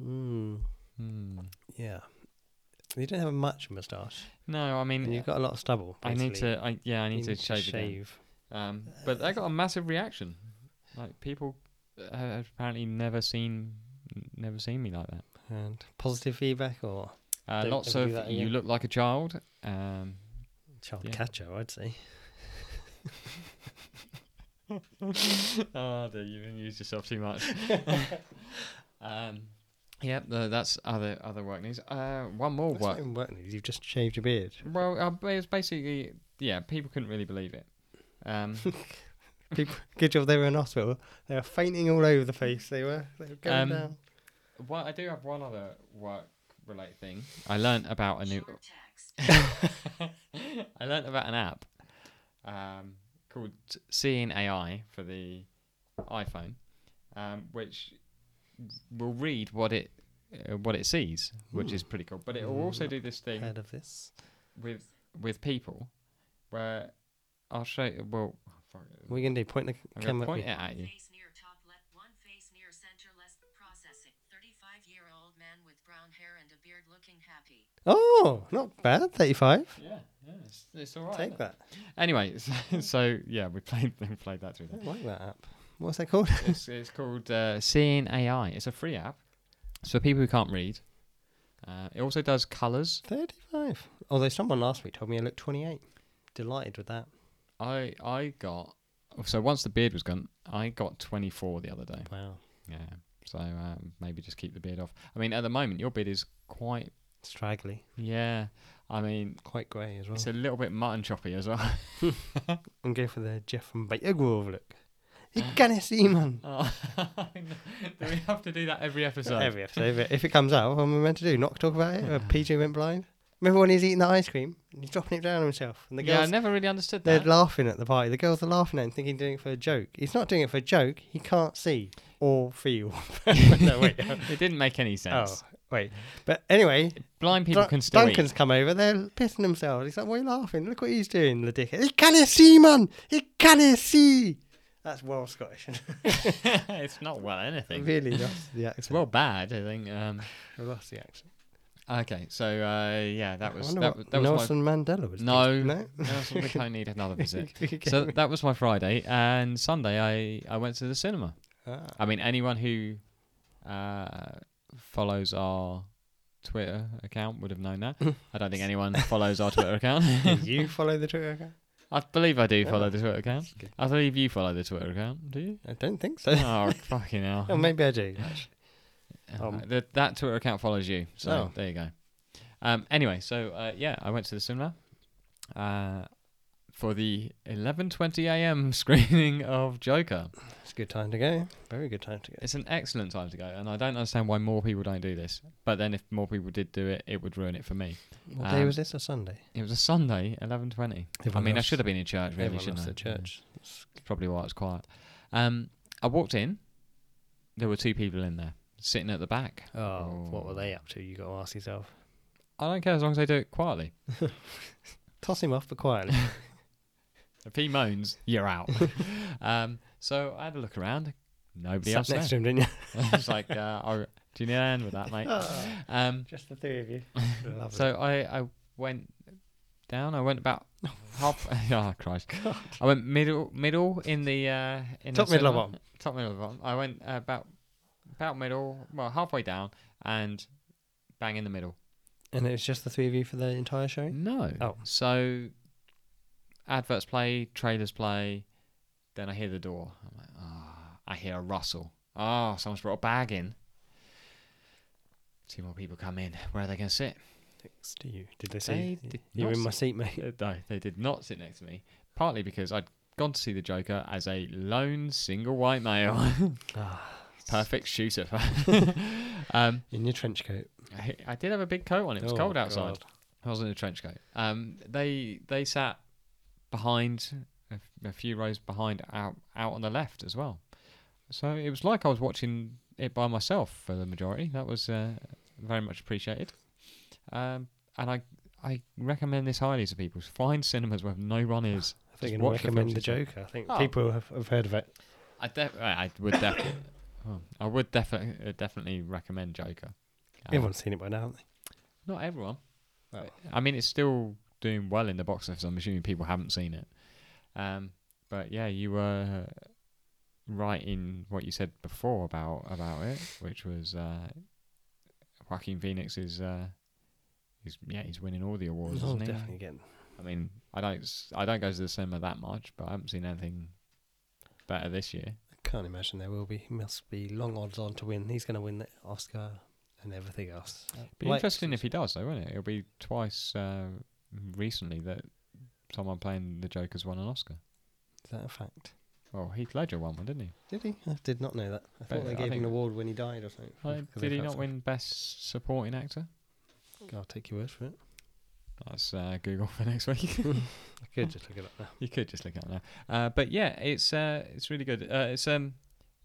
A: Mm,
B: Hmm.
A: yeah. You don't have much moustache,
B: No, I mean,
A: and you've got a lot of stubble.
B: I need
A: basically.
B: to. I, yeah, I
A: You
B: need to shave, again. Um, but I got a massive reaction. Like people uh, have apparently never seen, never seen me like that.
A: And positive feedback or
B: Uh,
A: Don't
B: lots
A: ever
B: of
A: do that
B: you
A: again."
B: look like a child. Um,
A: child
B: Yeah.
A: catcher, I'd say.
B: oh, dude, you've used yourself too much. um, yep, tha- that's other other work news. Uh, one more
A: That's not
B: work.
A: even work news. You've just shaved your beard.
B: Well, uh, it was basically yeah. People couldn't really believe it. Um,
A: Good job they were in hospital. They were fainting all over the face. They were. They were going
B: Um,
A: down.
B: well, I do have one other work related thing. I learnt about a new. I learnt about an app um, called Seeing AI for the iPhone, um, which will read what it uh, what it sees, which is pretty cool. But it will also do this thing
A: Heard of this?
B: with with people, where I'll show. You, well, fuck it.
A: We're gonna do point the
B: I'm gonna
A: camera.
B: point it at you.
C: Face near top left, one face near center left. Processing. 35 year old man with brown hair and a beard looking happy.
A: Oh, not bad. Thirty-five.
B: Yeah, yeah, it's, it's all right.
A: Take that.
B: Anyway, so, so yeah, we played we played that through
A: I
B: there.
A: like that app. What's that called?
B: it's, it's called uh, Seeing AI. It's a free app. It's for people who can't read. Uh, it also does colours.
A: Thirty-five. Although someone last week told me I looked twenty-eight. Delighted with that.
B: I I got so once the beard was gone, I got 24 the other day.
A: Wow.
B: Yeah. So um, maybe just keep the beard off. I mean, at the moment, your beard is quite.
A: Straggly.
B: Yeah. I mean,
A: Quite grey as well.
B: it's a little bit mutton choppy as well.
A: and go for the Jeff from Baker Grove look. You can't see, man.
B: Oh, I know. do we have to do that every episode?
A: Every episode, but if it comes out, what am I meant to do? Not talk about it? Or PJ went blind? Remember when he's eating the ice cream? And he's dropping it down on himself. And the
B: yeah, I
A: girls,
B: never really understood
A: they're
B: that.
A: laughing at the party. The girls are laughing at him, thinking he's doing it for a joke. He's not doing it for a joke. He can't see or feel. no, wait.
B: it didn't make any sense.
A: Oh, wait. But anyway,
B: Blind people
A: Dun-
B: can still eat.
A: Duncan's come over. They're pissing themselves. He's like, "Why are you laughing? Look what he's doing, the dickhead. He can't see, man. He can't see." That's well Scottish.
B: it's not well anything.
A: really lost the accent.
B: It's well bad, I think. Um,
A: I lost the accent.
B: okay, so uh, yeah, that
A: I
B: was
A: wonder
B: that, was-
A: what
B: that was my,
A: Nelson Mandela was.
B: no,
A: doing.
B: no,
A: no.
B: I think I need another visit.
A: Okay.
B: so that was my Friday, and Sunday I I went to the cinema.
A: Ah,
B: I mean, anyone who uh, follows our Twitter account would have known that. I don't think anyone follows our Twitter account.
A: do you follow the Twitter account?
B: I believe I do
A: Oh,
B: follow the Twitter account. I believe you follow the Twitter account. Do you?
A: I don't think so.
B: Oh fucking hell!
A: Oh, maybe I do. actually.
B: Uh,
A: Um,
B: the, that Twitter account follows you, so
A: Oh.
B: there you go. Um, anyway, so uh, yeah, I went to the cinema uh, for the 11:20 a.m. screening of Joker.
A: It's a good time to go. Very good time to go.
B: It's an excellent time to go, and I don't understand why more people don't do this. But then, if more people did do it, it would ruin it for me.
A: What day was
B: Um,
A: this? A Sunday.
B: It was a Sunday, 11:20. I
A: Everyone
B: mean, I
A: loves-
B: should have been in church, really,
A: Everyone
B: shouldn't
A: loves
B: I?
A: the church.
B: That's probably why it's quiet. Um, I walked in. There were two people in there sitting at the back.
A: Oh, what were they up to? You got to ask yourself.
B: I don't care as long as they do it quietly.
A: Toss him off, but quietly.
B: If he moans, you're out. um, so I had a look around. Nobody
A: Sat
B: else
A: next to
B: there.
A: him, didn't you?
B: I was like, uh, I, "Do you need a hand with that, mate?"
A: Ah,
B: Um,
A: just the three of you. Lovely.
B: so I, I went down. I went about half. oh Christ! I went middle middle in the uh, in
A: Top
B: the
A: middle or
B: cinema.
A: bottom?
B: Top middle or bottom. I went uh, about about middle, well halfway down, and bang in the middle.
A: and it was just the three of you for the entire show.
B: No.
A: Oh.
B: So adverts play, trailers play, then I hear the door. I'm like, ah, I hear a rustle. Oh, someone's brought a bag in. Two more people come in. Where are they going to sit?
A: Next to you. Did they
B: They
A: say
B: did
A: you were
B: not
A: in my
B: say-
A: seat, mate?
B: No, they did not sit next to me. Partly because I'd gone to see the Joker as a lone single white male.
A: Ah,
B: Perfect shooter. um,
A: in your trench coat.
B: I, I did have a big coat on. It was
A: Oh,
B: cold outside.
A: God.
B: I was in a trench coat. Um, they they sat behind a, a few rows behind out out on the left as well. So it was like I was watching it by myself for the majority. That was uh, very much appreciated. Um, and I I recommend this highly to people. Find cinemas where no one is.
A: I think
B: Just
A: I'm
B: watch the
A: recommend
B: films
A: the
B: yourself.
A: Joker. I think
B: Oh.
A: people have, have heard of it.
B: I def- I would definitely Oh, I would definitely definitely recommend Joker. Um,
A: Everyone's seen it by now, haven't they?
B: Not everyone.
A: Well.
B: I mean, it's still doing well in the box office. I'm assuming people haven't seen it. Um, but yeah, you were right in what you said before about about it, which was uh, Joaquin Phoenix is. Uh, He's, yeah, he's winning all the awards,
A: Oh,
B: isn't he?
A: definitely again.
B: I mean, I don't, s- I don't go to the cinema that much, but I haven't seen anything better this year.
A: I can't imagine there will be. Must be long odds on to win. He's going to win the Oscar and everything else.
B: Be interesting if he does, though, won't it? It'll be twice uh, recently that someone playing the Joker's won an Oscar.
A: Is that a fact?
B: Well, Heath Ledger won one, didn't he?
A: Did he? I did not know that. I thought
B: Uh,
A: they
B: I
A: gave him
B: think-
A: an award when he died or something.
B: Uh,
A: 'cause they
B: did he
A: felt
B: not
A: so-
B: win Best Supporting Actor?
A: I'll take your word for it.
B: That's uh, Google for next week.
A: I
B: Oh.
A: could just look it up now.
B: you could just look it up now. Uh, but yeah, it's uh, it's really good. Uh, it's um,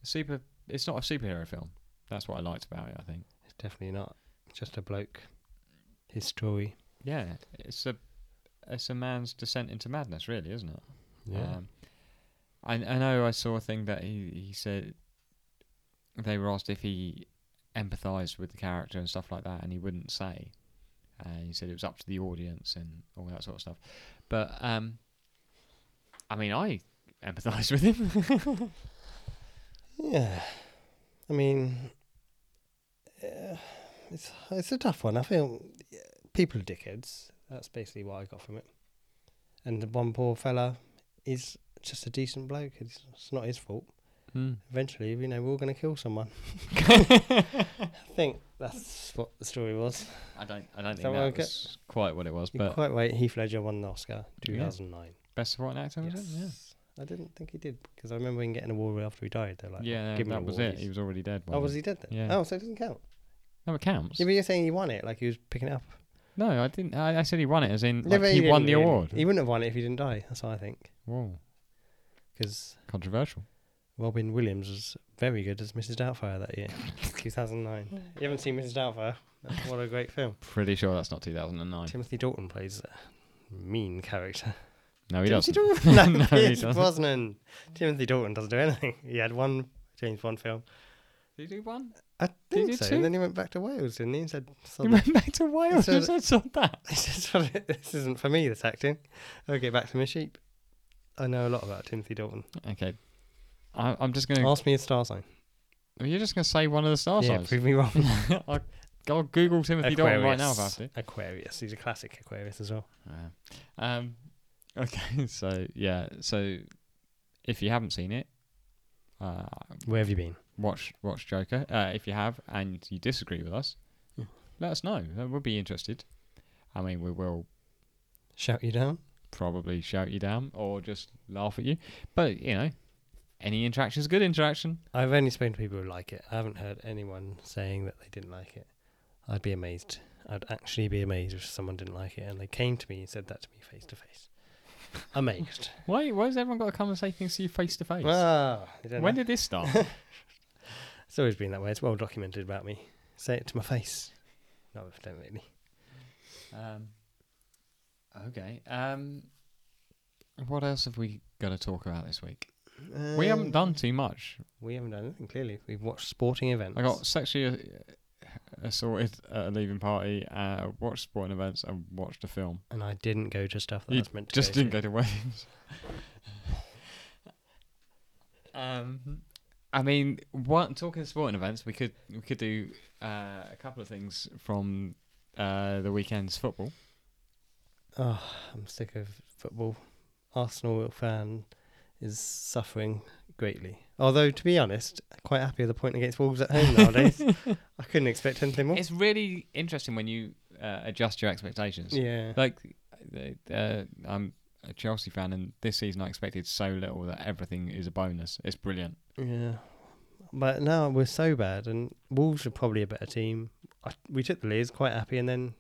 B: super. It's not a superhero film. That's what I liked about it. I think.
A: It's definitely not. It's just a bloke. His story.
B: Yeah, it's a it's a man's descent into madness, really, isn't it? Um, I, I know I saw a thing that he, he said they were asked if he empathised with the character and stuff like that, and he wouldn't say. Uh, he said it was up to the audience and all that sort of stuff. But um, I mean, I empathised with him.
A: Yeah, I mean, uh, it's it's a tough one. I feel yeah, people are dickheads. That's basically what I got from it. And the one poor fella is just a decent bloke. It's, it's not his fault. Hmm. Eventually, you know, we're all going to kill someone. I think that's what the story was.
B: I don't. I don't
A: Is
B: think
A: that
B: that
A: what I get?
B: was quite what it was.
A: You're
B: But
A: quite right. Heath Ledger won the Oscar
B: Yeah.
A: 2009.
B: best supporting actor. Was it? Yeah.
A: I didn't think he did because I remember him getting an award after he died. They're like, "Oh,
B: yeah,
A: give him
B: that
A: an
B: was
A: award,
B: it.
A: he's-
B: He was already dead.
A: Oh,
B: wasn't
A: was
B: he?
A: he dead then?
B: Yeah.
A: Oh, so it doesn't count.
B: No, it counts.
A: Yeah, but you're saying he won it, like he was picking it up.
B: No, I didn't. I, I said he won it, as in
A: Yeah,
B: like,
A: but
B: he,
A: didn't
B: won the
A: really-
B: award.
A: He wouldn't have won it if he didn't die. That's what I think.
B: Whoa,
A: Because
B: controversial.
A: Robin Williams was very good as Mrs. Doubtfire that year, 2009. You haven't seen Mrs. Doubtfire? That's- What a great film.
B: Pretty sure that's not 2009.
A: Timothy Dalton plays a mean character.
B: No, he
A: Timothy
B: doesn't.
A: Dalton? no,
B: No, he
A: Pierce
B: doesn't.
A: Brosnan. Timothy Dalton doesn't do anything. He had one James Bond film.
B: Did he do one?
A: I think
B: did
A: so.
B: too?
A: And then he went back to Wales, didn't he? And said,
B: He
A: "Sod
B: went back to Wales.
A: So
B: I just saw that.
A: this is what it- this isn't for me. This acting. I'll get back to my sheep. I know a lot about Timothy Dalton.
B: Okay, I, I'm just gonna.
A: Ask me a star sign.
B: You're just gonna say one of the star
A: yeah,
B: signs.
A: prove me wrong.
B: I'll, I'll Google Timothy Dalton right now, if I have to.
A: Aquarius. He's a classic Aquarius as well.
B: Um, Okay, so yeah, so if you haven't seen it, uh,
A: Where have you been?
B: watch watch Joker. Uh, if you have and you disagree with us,
A: Yeah.
B: let us know. Uh, We'll be interested. I mean, we will
A: Shout you down?
B: probably shout you down or just laugh at you, but you know, any interaction is good interaction.
A: I've only spoken to people who like it. I haven't heard anyone saying that they didn't like it. I'd be amazed. I'd actually be amazed if someone didn't like it and they came to me and said that to me face to face. Amazed.
B: Why why has everyone got to come and say things to you face to face?
A: Ah, you don't
B: When
A: know.
B: did this start?
A: it's always been that way. It's well documented about me. Say it to my face. No, I don't really.
B: Um, okay. Um, what else have we got to talk about this week? we haven't
A: Um,
B: done too much.
A: We haven't done anything. Clearly, we've watched sporting events.
B: I got sexually uh, assaulted at a leaving party, uh, watched sporting events, and watched a film.
A: and I didn't go to stuff that I
B: You
A: was meant to
B: just
A: go
B: didn't
A: to.
B: go to weddings. um, I mean, what, talking of sporting events, we could we could do uh, a couple of things from uh, the weekend's football.
A: Oh, I'm sick of football. Arsenal fan is suffering greatly. Although, to be honest, quite happy with the point against Wolves at home nowadays. I couldn't expect anything more.
B: It's really interesting when you uh, adjust your expectations.
A: yeah.
B: Like, uh, I'm a Chelsea fan, and this season I expected so little that everything is a bonus. It's brilliant.
A: Yeah. But now we're so bad, and Wolves are probably a better team. I, we took the lead, quite happy, and then,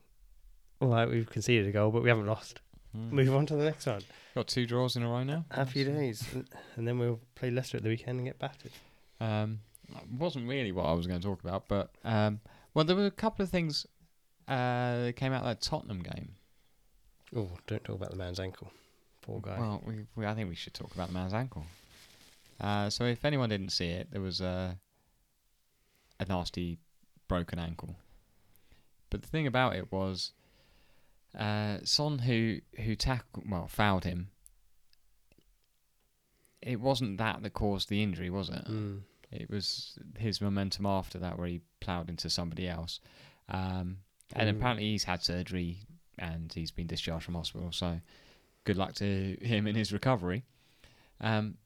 A: all right, we've conceded a goal, but we haven't lost. Move on to the next one.
B: Got two draws in a row now.
A: Happy days. And, and then we'll play Leicester at the weekend and get battered.
B: Um, it wasn't really what I was going to talk about, but um, well, there were a couple of things uh, that came out of that Tottenham game.
A: Oh, don't talk about the man's ankle. Poor guy.
B: Well, we, we, I think we should talk about the man's ankle. Uh, so, if anyone didn't see it, there was a, a nasty broken ankle. But the thing about it was, uh, Son who who tackled well fouled him. It wasn't that that caused the injury, was it?
A: Mm.
B: It was his momentum after that where he ploughed into somebody else. Um, and
A: Mm.
B: apparently he's had surgery and he's been discharged from hospital. So good luck to him in his recovery. Um,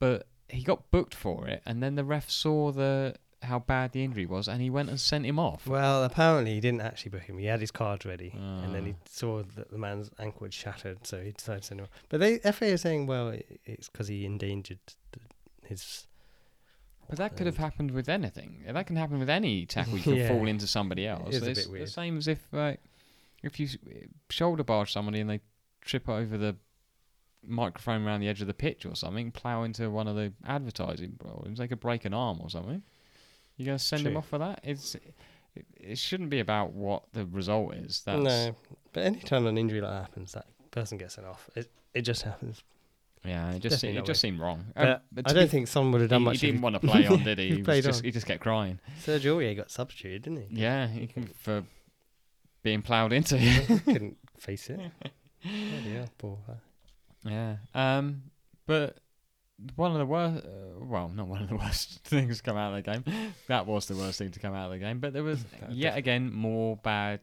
B: but he got booked for it, and then the ref saw the how bad the injury was, and he went and sent him off.
A: Well, apparently he didn't actually book him. He had his cards ready, and then he
B: Ah.
A: saw that the man's ankle had shattered, so he decided to send him. off. But they FA is saying, well, it- it's because he endangered the, his.
B: But that could have happened with anything. That can happen with any tackle. You can
A: Yeah.
B: fall into somebody else.
A: is a
B: it's
A: bit weird.
B: the same as if like if you s- shoulder barge somebody and they trip over the microphone around the edge of the pitch or something, plow into one of the advertising problems, they could break an arm or something. You're gonna send them
A: True.
B: off for that? It's it, it shouldn't be about what the result is. That's
A: No, but any time an injury like that happens, that person gets sent off. It it just happens.
B: yeah, it just
A: Definitely
B: se- it
A: not
B: just seemed wrong. Um,
A: But
B: but
A: I
B: to
A: don't
B: be-
A: think someone would have
B: he,
A: done
B: he
A: much. if
B: didn't want to play on, did he?
A: He
B: He, was
A: played
B: just
A: on.
B: he just kept crying.
A: Sergio Aurier got substituted, didn't he?
B: Yeah, he, for being ploughed into.
A: He couldn't face it. yeah, poor guy.
B: Yeah. Um, but one of the worst, uh, well, not one of the worst things to come out of the game. That was the worst thing to come out of the game. But there was
A: That
B: yet again more bad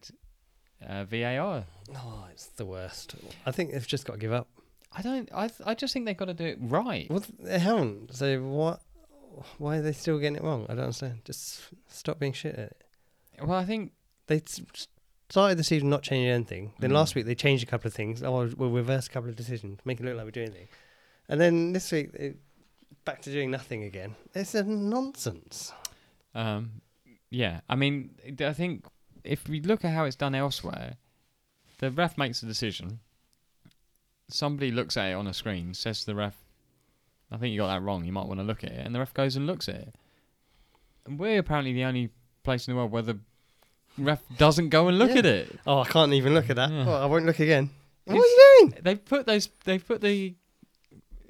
B: uh, VAR.
A: No, Oh, it's the worst. I think they've just got to give up.
B: I don't. I th- I just think they've got to do it right.
A: Well, th- they haven't. So what? Why are they still getting it wrong? I don't understand. Just stop being shit at it.
B: Well, I think
A: They s- s- started the season not changing anything. Then
B: Mm.
A: last week they changed a couple of things. Oh, we'll reverse a couple of decisions, make it look like we're doing anything. And then this week, it, back to doing nothing again. It's a nonsense.
B: Um, yeah, I mean, d- I think if we look at how it's done elsewhere, the ref makes a decision. Somebody looks at it on a screen, says to the ref, "I think you got that wrong. You might want to look at it." And the ref goes and looks at it. And we're apparently the only place in the world where the ref doesn't go and look
A: Yeah.
B: at it.
A: Oh, I can't even look at that.
B: Yeah.
A: Oh, I won't look again. What are
B: It's-
A: you doing?
B: They put those. They put the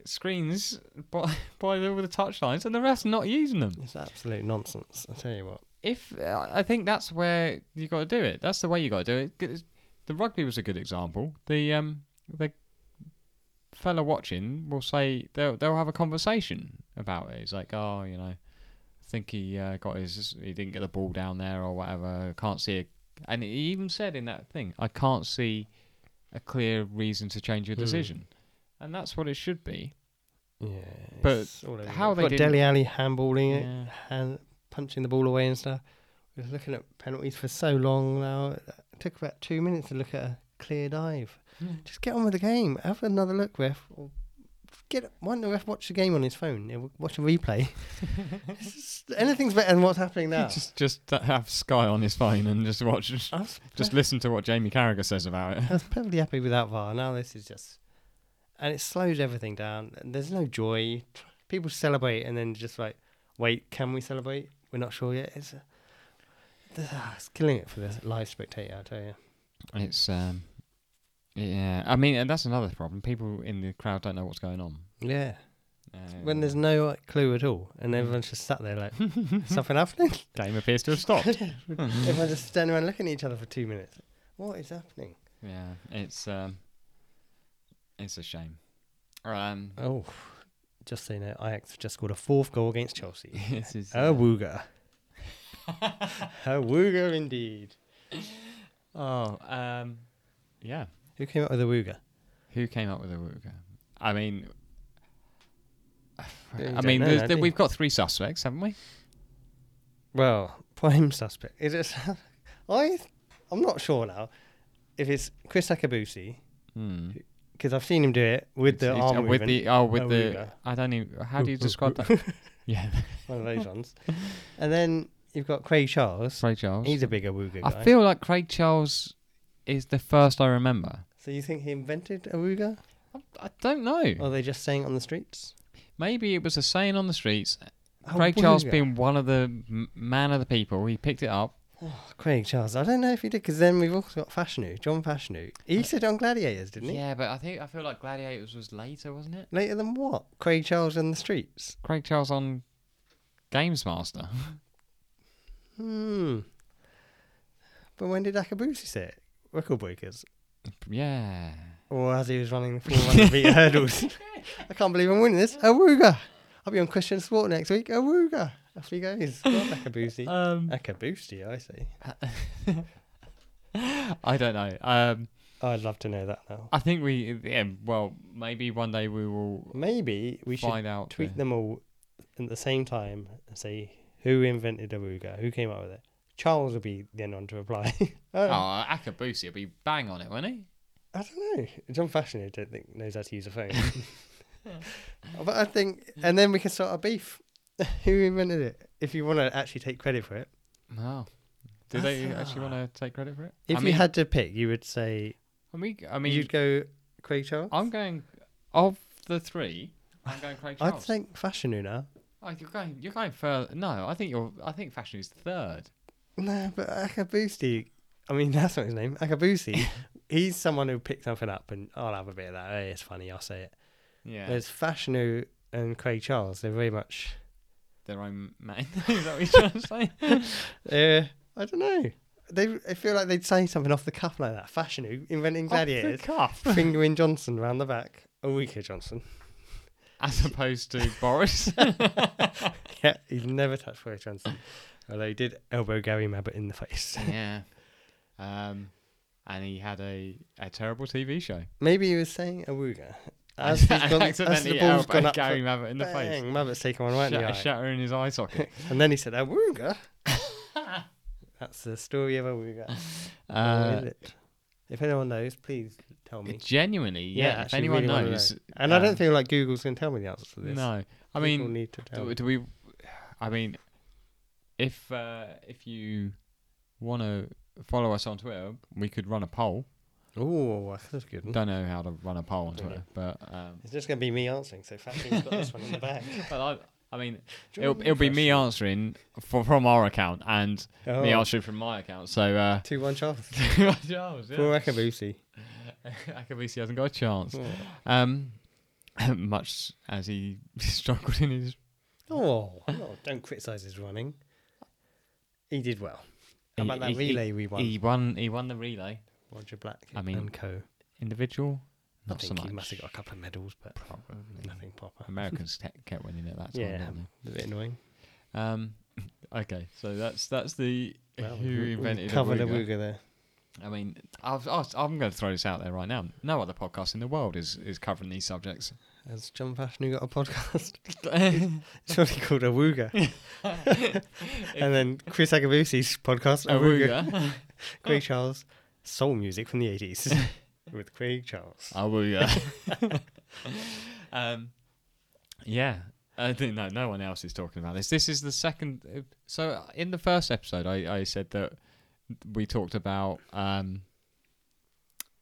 B: screens by by the, with the touch lines, and the refs not using them.
A: It's absolute nonsense. I tell you what.
B: if uh, I think that's where you got to do it. That's the way you got to do it. 'Cause The rugby was a good example. The um the fella watching will say they'll they'll have a conversation about it. It's like oh you know, I think he uh, got his he didn't get the ball down there or whatever. Can't see it, and he even said in that thing I can't see a clear reason to change your
A: Hmm.
B: decision. and that's what it should be.
A: Yeah.
B: But
A: it's all over
B: how
A: the-
B: they
A: Got
B: didn't-
A: Deli Alley handballing
B: Yeah.
A: it, hand, punching the ball away and stuff. We were looking at penalties for so long now. It took about two minutes to look at a clear dive. Just get on with the game. Have another look, ref. Or get why don't the ref watch the game on his phone? He'll Watch a replay. It's just- Anything's better than what's happening now.
B: Just just uh, have Sky on his phone and just watch. Just,
A: I was
B: just listen to what Jamie Carragher says about it.
A: I was perfectly happy without VAR. Now this is just, and it slows everything down. and There's no joy. People celebrate and then just like, wait, can we celebrate? We're not sure yet. It's, uh, it's killing it for the live spectator. I tell you.
B: It's um, yeah. I mean, and that's another problem. People in the crowd don't know what's going on.
A: Yeah. Mm.
B: Uh,
A: When there's no like, clue at all, and everyone's just sat there like, something happening.
B: game appears to have stopped.
A: Everyone's just standing around looking at each other for two minutes. What is happening?
B: yeah, it's um, it's a shame. Um,
A: Oh, just so you know, Ajax have just scored a fourth goal against Chelsea.
B: this is
A: A wooger. a wooger indeed.
B: oh um, yeah.
A: Who came up with a wooger?
B: Who came up with the Wooga? I mean,
A: Yeah, you
B: I
A: don't
B: mean,
A: know
B: there's,
A: that,
B: there,
A: do
B: we've
A: you?
B: got three suspects, haven't we?
A: Well, prime suspect. Is it? I, I'm not sure now if it's Chris Akabusi
B: Hmm.
A: because I've seen him do it with
B: It's-
A: the
B: it's-
A: arm
B: uh, with
A: movement,
B: the oh with
A: a
B: the
A: Wooga.
B: I don't even how do you describe that? yeah,
A: one of those ones, and then you've got Craig Charles.
B: Craig Charles.
A: He's a bigger wooger guy.
B: I feel like Craig Charles is the first I remember.
A: so you think he invented a wooger,
B: I, I don't know.
A: or are they just saying it on the streets?
B: Maybe it was a saying on the streets.
A: A
B: Craig Charles
A: wooger.
B: being one of the m- man of the people, he picked it up.
A: Craig Charles. I don't know if he did because then we've also got Fashanu, John Fashanu. He said on Gladiators, didn't he?
B: Yeah, but I think I feel like Gladiators was later, wasn't it?
A: Later than what? Craig Charles and the streets.
B: Craig Charles on Games Master.
A: Hmm. But when did Akabusi say it? Record breakers.
B: yeah.
A: Or as he was running the 400 meter hurdles. I can't believe I'm winning this. Awooga. I'll be on Christian Sport next week. Awooga. Off he goes. Go on, Akabusi.
B: Um,
A: Akabusi, I say.
B: I don't know. Um,
A: I'd love to know that now.
B: I think we, yeah, well, maybe one day we will
A: Maybe we should
B: find out.
A: tweet
B: the-
A: them all at the same time and say who invented Awooga, who came up with it. Charles will be then on to reply.
B: Oh,
A: Um,
B: Akabusi will be bang on it, won't he?
A: I don't know. John Fashion, I don't think knows how to use a phone. but I think, and then we can start a beef. Who invented it? If you want to actually take credit for it,
B: Wow. Do
A: I
B: they
A: thought-
B: actually want to take credit for it?
A: if
B: I
A: you
B: mean,
A: had to pick, you would say
B: I mean, I mean
A: you'd go Craig Charles.
B: I'm going of the three. I'm going Craig
A: I'd
B: Charles.
A: think Fashion now.
B: Oh, you're going. You're going further. No, I think you're. I think fashion is third.
A: No, but Akabusi. I mean, that's not his name. Akabusi. he's someone who picked something up, and I'll have a bit of that. Hey, it's funny. I'll say it.
B: Yeah,
A: There's Fashion and Craig Charles. They're very much.
B: their own man. is that what you're trying to say?
A: Uh, I don't know. They, I feel like they'd say something off the cuff like that. Fashion who inventing gladiators,
B: cuff.
A: fingering Johnson round the back. A weaker Johnson.
B: As opposed to Boris.
A: Yeah, he's never touched Boris Johnson. Although he did elbow Gary Mabbott in the face.
B: yeah. Um, and he had a, a terrible TV show.
A: Maybe he was saying a wooger. As,
B: And
A: he's gone, as the
B: accidentally
A: ball's gone
B: elbowed
A: up,
B: Gary
A: for-
B: Mabbott in the
A: bang,
B: face,
A: Mabbott's taken one right in the
B: Shat-
A: eye.
B: shattering his eye socket.
A: And then he said a wooger. That's the story of a wooger.
B: Uh,
A: if anyone knows, please tell me.
B: genuinely, yeah. if
A: actually
B: anyone
A: really wanna know.
B: knows,
A: and I
B: um,
A: don't feel like Google's going to tell me the answer to this.
B: no. I
A: People
B: mean,
A: need to tell
B: Do,
A: me.
B: do we? I mean, if uh, if you want to follow us on Twitter, we could run a poll.
A: Oh, that's a good one.
B: Don't know how to run a poll on
A: Don't know.
B: Twitter, but um,
A: It's just going to be me answering, so Fatu's got this one in the bag.
B: but I, I mean,
A: Do you
B: it'll,
A: want
B: it'll be me
A: first?
B: answering for, from our account and me
A: Oh.
B: answering from my account. So uh,
A: 2 1 Charles.
B: Charles, yeah.
A: Poor Akabusi.
B: Akabusi hasn't got a chance. Um, much as he struggled in his.
A: Oh, no, don't criticise his running. He did well. How about that
B: he- he-
A: relay we won?
B: He won. He won the relay.
A: Roger Black
B: I mean,
A: and co.
B: Individual.
A: I
B: Not so
A: think
B: much.
A: he must have got a couple of medals, but
B: Probably.
A: nothing proper.
B: Americans te- kept winning it that time.
A: Yeah,
B: didn't
A: a bit annoying.
B: they? Um, okay, so that's that's the
A: Well,
B: who
A: we- we
B: invented
A: covered
B: a
A: a
B: Wooga.
A: wooger there.
B: I mean, I've, I've- I'm going to throw this out there right now. No other podcast in the world is, is covering these subjects.
A: Has John Vashnu got a podcast? it's only called Awooga. and then Chris Agabusi's podcast, Awooga.
B: Awooga. Oh.
A: Craig Charles, soul music from the 80s with Craig Charles.
B: Awooga. um, yeah. I think no, no one else is talking about this. This is the second. So in the first episode, I, I said that we talked about um,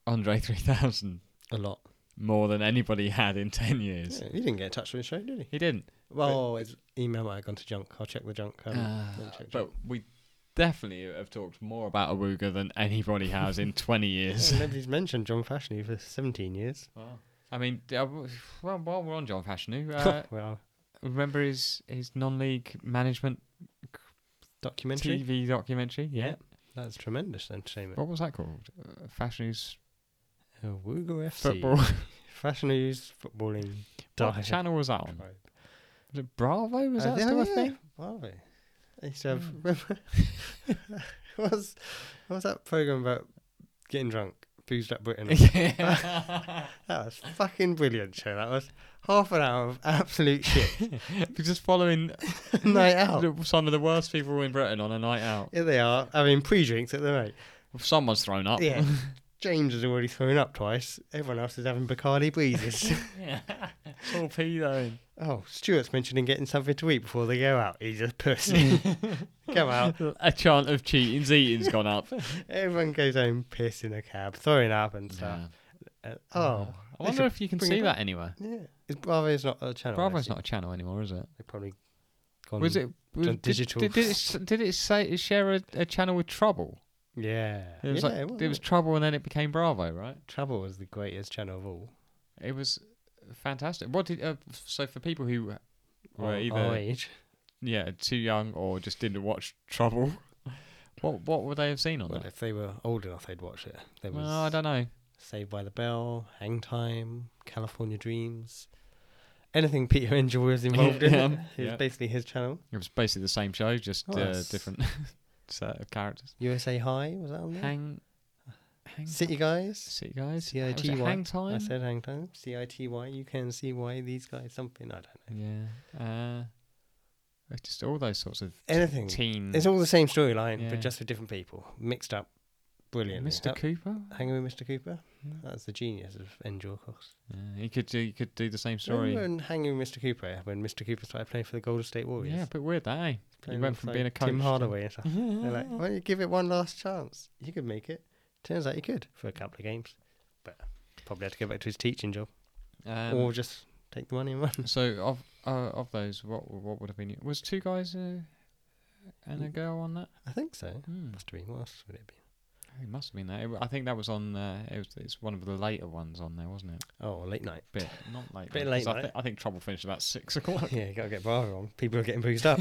B: Andre 3000
A: A lot.
B: more than anybody had in 10 years.
A: Yeah, you didn't get in touch with the show, did he?
B: He didn't.
A: Well, oh, his email might have gone to junk. I'll check the junk. Um,
B: Uh,
A: let me check
B: but
A: junk.
B: we definitely have talked more about Awooga than anybody has in 20 years.
A: Yeah, nobody's mentioned John Fashnew for 17 years.
B: I mean, d- uh, w- well, while we're on John Fashanu, uh,
A: well,
B: remember his, his non league management
A: documentary.
B: TV documentary? Yeah.
A: That's tremendous entertainment.
B: What was that called? Uh, Fashanu's
A: Awooga FC.
B: Football.
A: Fashnews footballing.
B: what
A: dive.
B: channel was that on?
A: Tribe.
B: Was it Bravo? Was
A: Uh,
B: that
A: yeah,
B: still a
A: yeah.
B: thing?
A: Wow. I used to have. remember- what, was, what was that program about getting drunk? Boozed up Britain.
B: Yeah.
A: that was fucking brilliant show. That was half an hour of absolute shit.
B: We're Just following
A: Night out.
B: the- some of the worst people in Britain on a night out.
A: Here they are having pre-drinks at the night.
B: Someone's thrown up.
A: Yeah. James has already thrown up twice. Everyone else is having Bacardi breezes.
B: yeah. Torpedoing.
A: oh, Stuart's mentioning getting something to eat before they go out. He's a pussy. Come out.
B: A chant of cheating's eating's gone up.
A: Everyone goes home, pissed in a cab, throwing up and stuff.
B: Yeah.
A: Uh, oh,
B: I
A: they
B: wonder
A: should
B: if you can
A: bring
B: see
A: it
B: that
A: back.
B: anywhere.
A: Yeah, it's Bravo's not a channel.
B: Bravo's
A: actually.
B: not a channel anymore, is it?
A: They've probably gone.
B: Was it was,
A: done
B: did,
A: digital.
B: Did, did it s- did it say share a, a channel with Trouble?
A: Yeah.
B: It was
A: yeah,
B: like it was Trouble, and then it became Bravo, right?
A: Trouble was the greatest channel of all.
B: It was fantastic. What did uh, so for people who were
A: Our-
B: either
A: our age.
B: yeah too young or just didn't watch Trouble, what what would they have seen on
A: Well,
B: that?
A: if they were old enough, they'd watch it. There was
B: Well, I don't know.
A: Saved by the Bell, Hang Time, California Dreams, anything Peter Engel was involved in.
B: Yeah.
A: It was
B: Yeah.
A: basically his channel.
B: It was basically the same show, just
A: Oh,
B: uh,
A: that's-
B: different set of characters.
A: USA High was that on there?
B: Hang, hang
A: City Guys.
B: City guys.
A: C I
B: Was
A: T
B: it
A: Y.
B: Hang time.
A: I said Hang Time. C I T Y. You can see why these guys something. I don't know.
B: Yeah. Uh, it's just all those sorts of
A: Anything.
B: teen.
A: It's all the same storyline,
B: Mm. Yeah.
A: but just with different people mixed up. Brilliant.
B: Mr. Cooper.
A: Hanging with Mr. Cooper.
B: Yeah.
A: That's the genius of Engel, of course.
B: Yeah, he could do. He could do the same
A: Sorry.
B: story.
A: Remember in Hanging with Mr. Cooper when Mr. Cooper started playing for the Golden State Warriors?
B: Yeah, but weird that. Eh?
A: Playing
B: went
A: with,
B: from
A: like,
B: being a coach
A: Tim
B: to-
A: Hardaway and stuff. They're like, why don't you give it one last chance? You could make it. Turns out he could for a couple of games, but probably had to go back to his teaching job
B: Um,
A: or just take the money and run.
B: so of uh, of those, what what would have been? Was two guys uh, and
A: Mm.
B: a girl on that?
A: I think so.
B: Hmm.
A: Must have been. What else would it be?
B: It must have been that. It, w- I think that was on. Uh, it was. It's one of the later ones on there, wasn't it?
A: Oh, late night.
B: Bit not late.
A: Bit
B: though, 'cause
A: late,
B: I,
A: mate.
B: thi- I think Trouble finished about six o'clock.
A: yeah, you gotta get Bravo on. People are getting boozed up.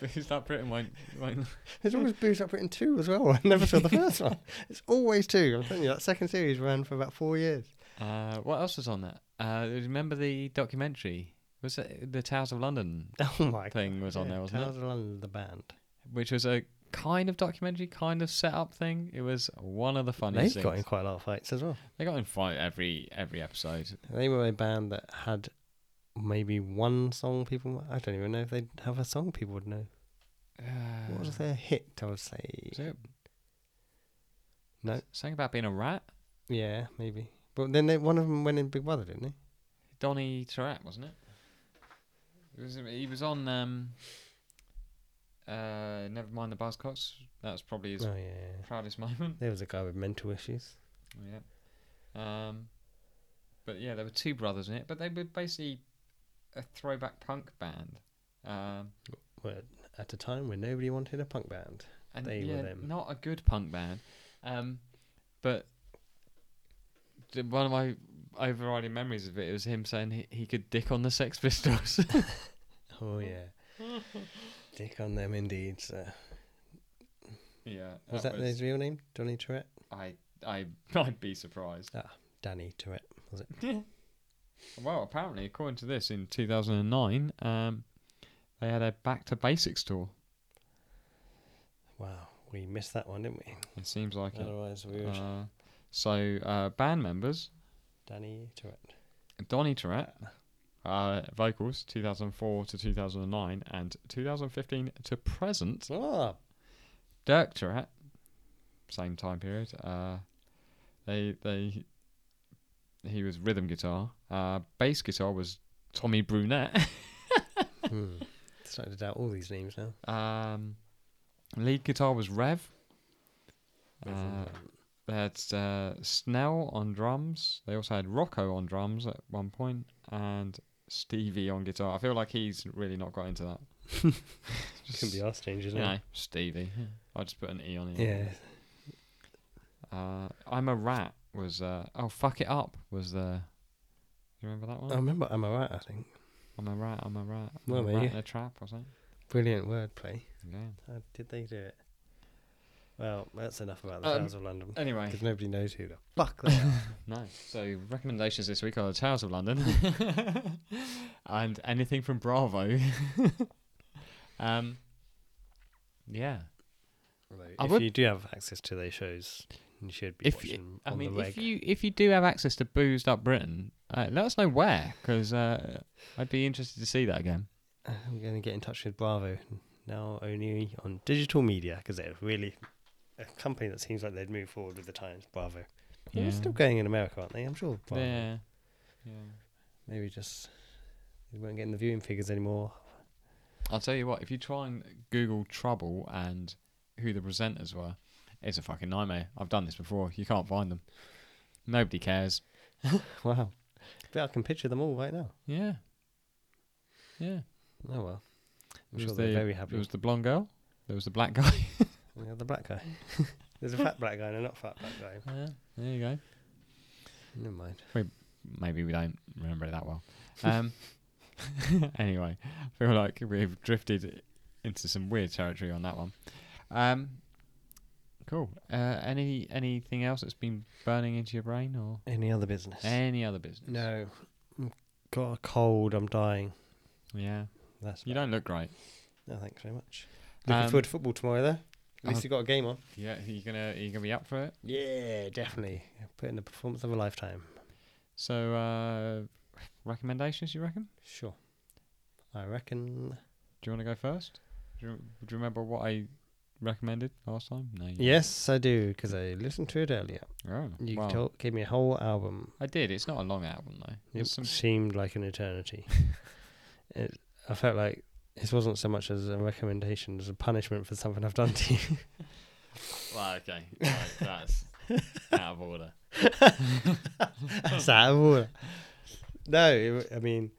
B: because that Britain won't. won't
A: There's always boozed up written two as well. I never saw the first one. It's always two. I'm telling you, that second series ran for about four years.
B: uh, what else was on that? Uh, remember the documentary? Was it the Towers of London
A: Oh my god.
B: thing was on there, wasn't it?
A: Tales of London, the band.
B: which was a kind of documentary, kind of setup thing. It was one of the
A: They've
B: funniest
A: got in
B: things.
A: quite a lot of fights as well.
B: They got in fight every every episode.
A: They were a band that had maybe one song people. I don't even know if they'd have a song people would know.
B: Uh,
A: What was their hit? I would say.
B: was it?
A: No.
B: Something about being a rat.
A: Yeah, maybe. But then they, one of them went in Big Brother, didn't he?
B: Donny Tourette, wasn't it? It was. He was on. Um, uh, never mind the Buzzcocks. That was probably his
A: Oh yeah.
B: proudest moment.
A: There was a guy with mental issues.
B: Yeah. Um, but yeah, there were two brothers in it, but they were basically a throwback punk band. Um,
A: Well, at a time when nobody wanted a punk band.
B: and
A: They were
B: yeah,
A: them.
B: not a good punk band. Um, but the- one of my overriding memories of it was him saying he, he could dick on the Sex Pistols. Hmm.
A: Oh yeah. Dick on them indeed. Sir.
B: yeah,
A: Was that, his real name? Donny Tourette.
B: I I I'd be surprised.
A: Danny Tourette was it?
B: Well, apparently, according to this, in 2009, um, they had a back to basics tour.
A: Wow. We missed that one, didn't we?
B: It seems like it.
A: Otherwise, we would.
B: Uh, so, uh, band members
A: Danny Turret.
B: Donny Tourette, uh, vocals 2004 to 2009, and 2015 to present.
A: Ah,
B: Dirk Tourette, same time period. Uh, they they he was rhythm guitar. Uh, bass guitar was Tommy Brunette.
A: hmm. Starting to doubt all these names now.
B: Um, lead guitar was Rev.
A: Rev
B: Uh,
A: on
B: they had uh, Snell on drums. They also had Rocco on drums at one point and Stevie on guitar. I feel like he's really not got into that.
A: Couldn't be asked changes
B: no,
A: now.
B: Stevie. I just put an E on it.
A: Yeah.
B: Uh, I'm a rat was uh, oh fuck it up was the. You remember that one?
A: I remember I'm alright, I think.
B: I'm a rat. I'm a rat. I'm
A: Um, Well,
B: a
A: there
B: rat
A: you-
B: in a trap or something.
A: Brilliant wordplay.
B: Yeah.
A: How did they do it? Well, that's enough about the
B: Um,
A: Towers of London.
B: Anyway,
A: Because nobody knows who the fuck they are.
B: Nice. So recommendations this week are the Towers of London and anything from Bravo. um, yeah.
A: Although,
B: I
A: if
B: would-
A: you do have access to those shows, you should be
B: If you-
A: watching
B: I
A: on
B: mean,
A: the reg.
B: if you if you do have access to Boozed Up Britain, uh, let us know where, because uh, I'd be interested to see that again.
A: Uh, I'm going to get in touch with Bravo now only on digital media because they're really a company that seems like they'd move forward with the times. Bravo. Well, They're still going in America, aren't they? I'm sure. Bravo.
B: yeah. yeah.
A: Maybe just they weren't getting the viewing figures anymore.
B: I'll tell you what, if you try and Google Trouble and who the presenters were, it's a fucking nightmare. I've done this before. You can't find them. Nobody cares.
A: Wow. But I can picture them all right now.
B: Yeah. Yeah.
A: Oh well. I'm
B: There
A: sure
B: was
A: they're
B: the-
A: very happy.
B: There was the blonde girl. There was the black guy.
A: And the other black guy. There's a fat black guy and a not fat black guy.
B: yeah, there you go.
A: Never mind.
B: Maybe we don't remember it that well. Um, anyway, I feel like we've drifted into some weird territory on that one. Um, cool. Uh, any anything else that's been burning into your brain or
A: Any other business?
B: any other business?
A: no. I've Got a cold. I'm dying.
B: Yeah.
A: That's
B: You
A: bad.
B: don't look great.
A: No, thanks very much. Looking
B: Um,
A: forward to football tomorrow, though. At least
B: uh,
A: you've got a game on.
B: Yeah, are you gonna are you gonna be up for it?
A: Yeah, definitely. Put in the performance of a lifetime.
B: So uh, recommendations, you reckon?
A: Sure. I reckon.
B: Do you want to go first? Do you, do you remember what I recommended last time? No. you don't.
A: Yes, I do, because I listened to it earlier.
B: Oh,
A: You
B: well,
A: told, gave me a whole album.
B: I did. It's not a long album though.
A: It
B: It's some,
A: seemed like an eternity. it, I felt like this wasn't so much as a recommendation as a punishment for something I've done to you.
B: well, okay, right, Oh, that's out of order.
A: That's out of order. No, it, w- I mean,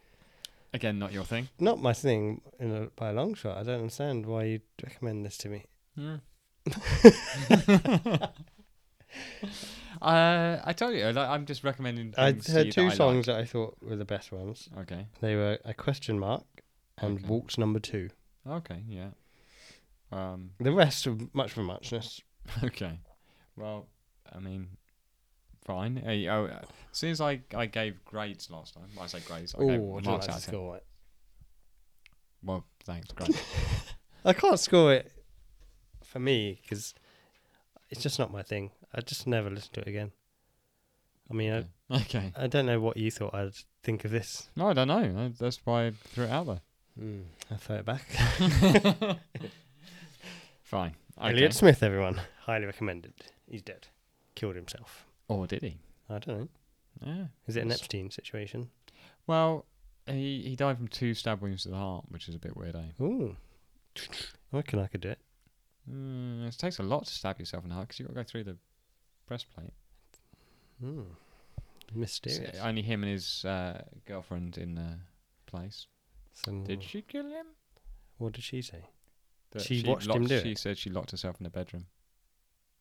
B: Again, not your thing.
A: not my thing in a, by a long shot. I don't understand why you'd recommend this to me.
B: uh, I told you, like, I'm just recommending.
A: I
B: things to
A: heard
B: you
A: two
B: that I
A: songs that I thought were the best ones.
B: like. Okay.
A: They were a question mark and
B: Okay.
A: waltz number two.
B: Okay. Yeah. Um.
A: The rest are much for muchness.
B: Okay. Well, I mean, fine. Hey, oh, uh, since I I gave grades last time, well, I say grades. I gave
A: Oh, I don't
B: marks
A: like
B: out
A: to
B: of 10.
A: score it.
B: Well, thanks, great.
A: I can't score it for me because it's just not my thing. I just never listen to it again. I mean,
B: okay. okay.
A: I, I don't know what you thought I'd think of this.
B: No, I don't know. I- That's why I threw it out there. Hmm,
A: I throw it back.
B: Fine. Okay.
A: Elliot Smith, everyone. Highly recommended. He's dead. Killed himself.
B: Or Oh, did he?
A: I don't know.
B: Yeah.
A: Is it an
B: That's-
A: Epstein situation?
B: Well, he he died from two stab wounds to the heart, which is a bit weird, eh?
A: Ooh. I reckon I could do it.
B: Mm, it takes a lot to stab yourself in the heart because you've got to go through the breastplate.
A: Mm.
B: So
A: Mysterious.
B: only him and his uh, girlfriend in the place.
A: So- um,
B: Did she kill him?
A: What did she say?
B: That
A: She watched him
B: locked-
A: do
B: She
A: it.
B: said she locked herself in the bedroom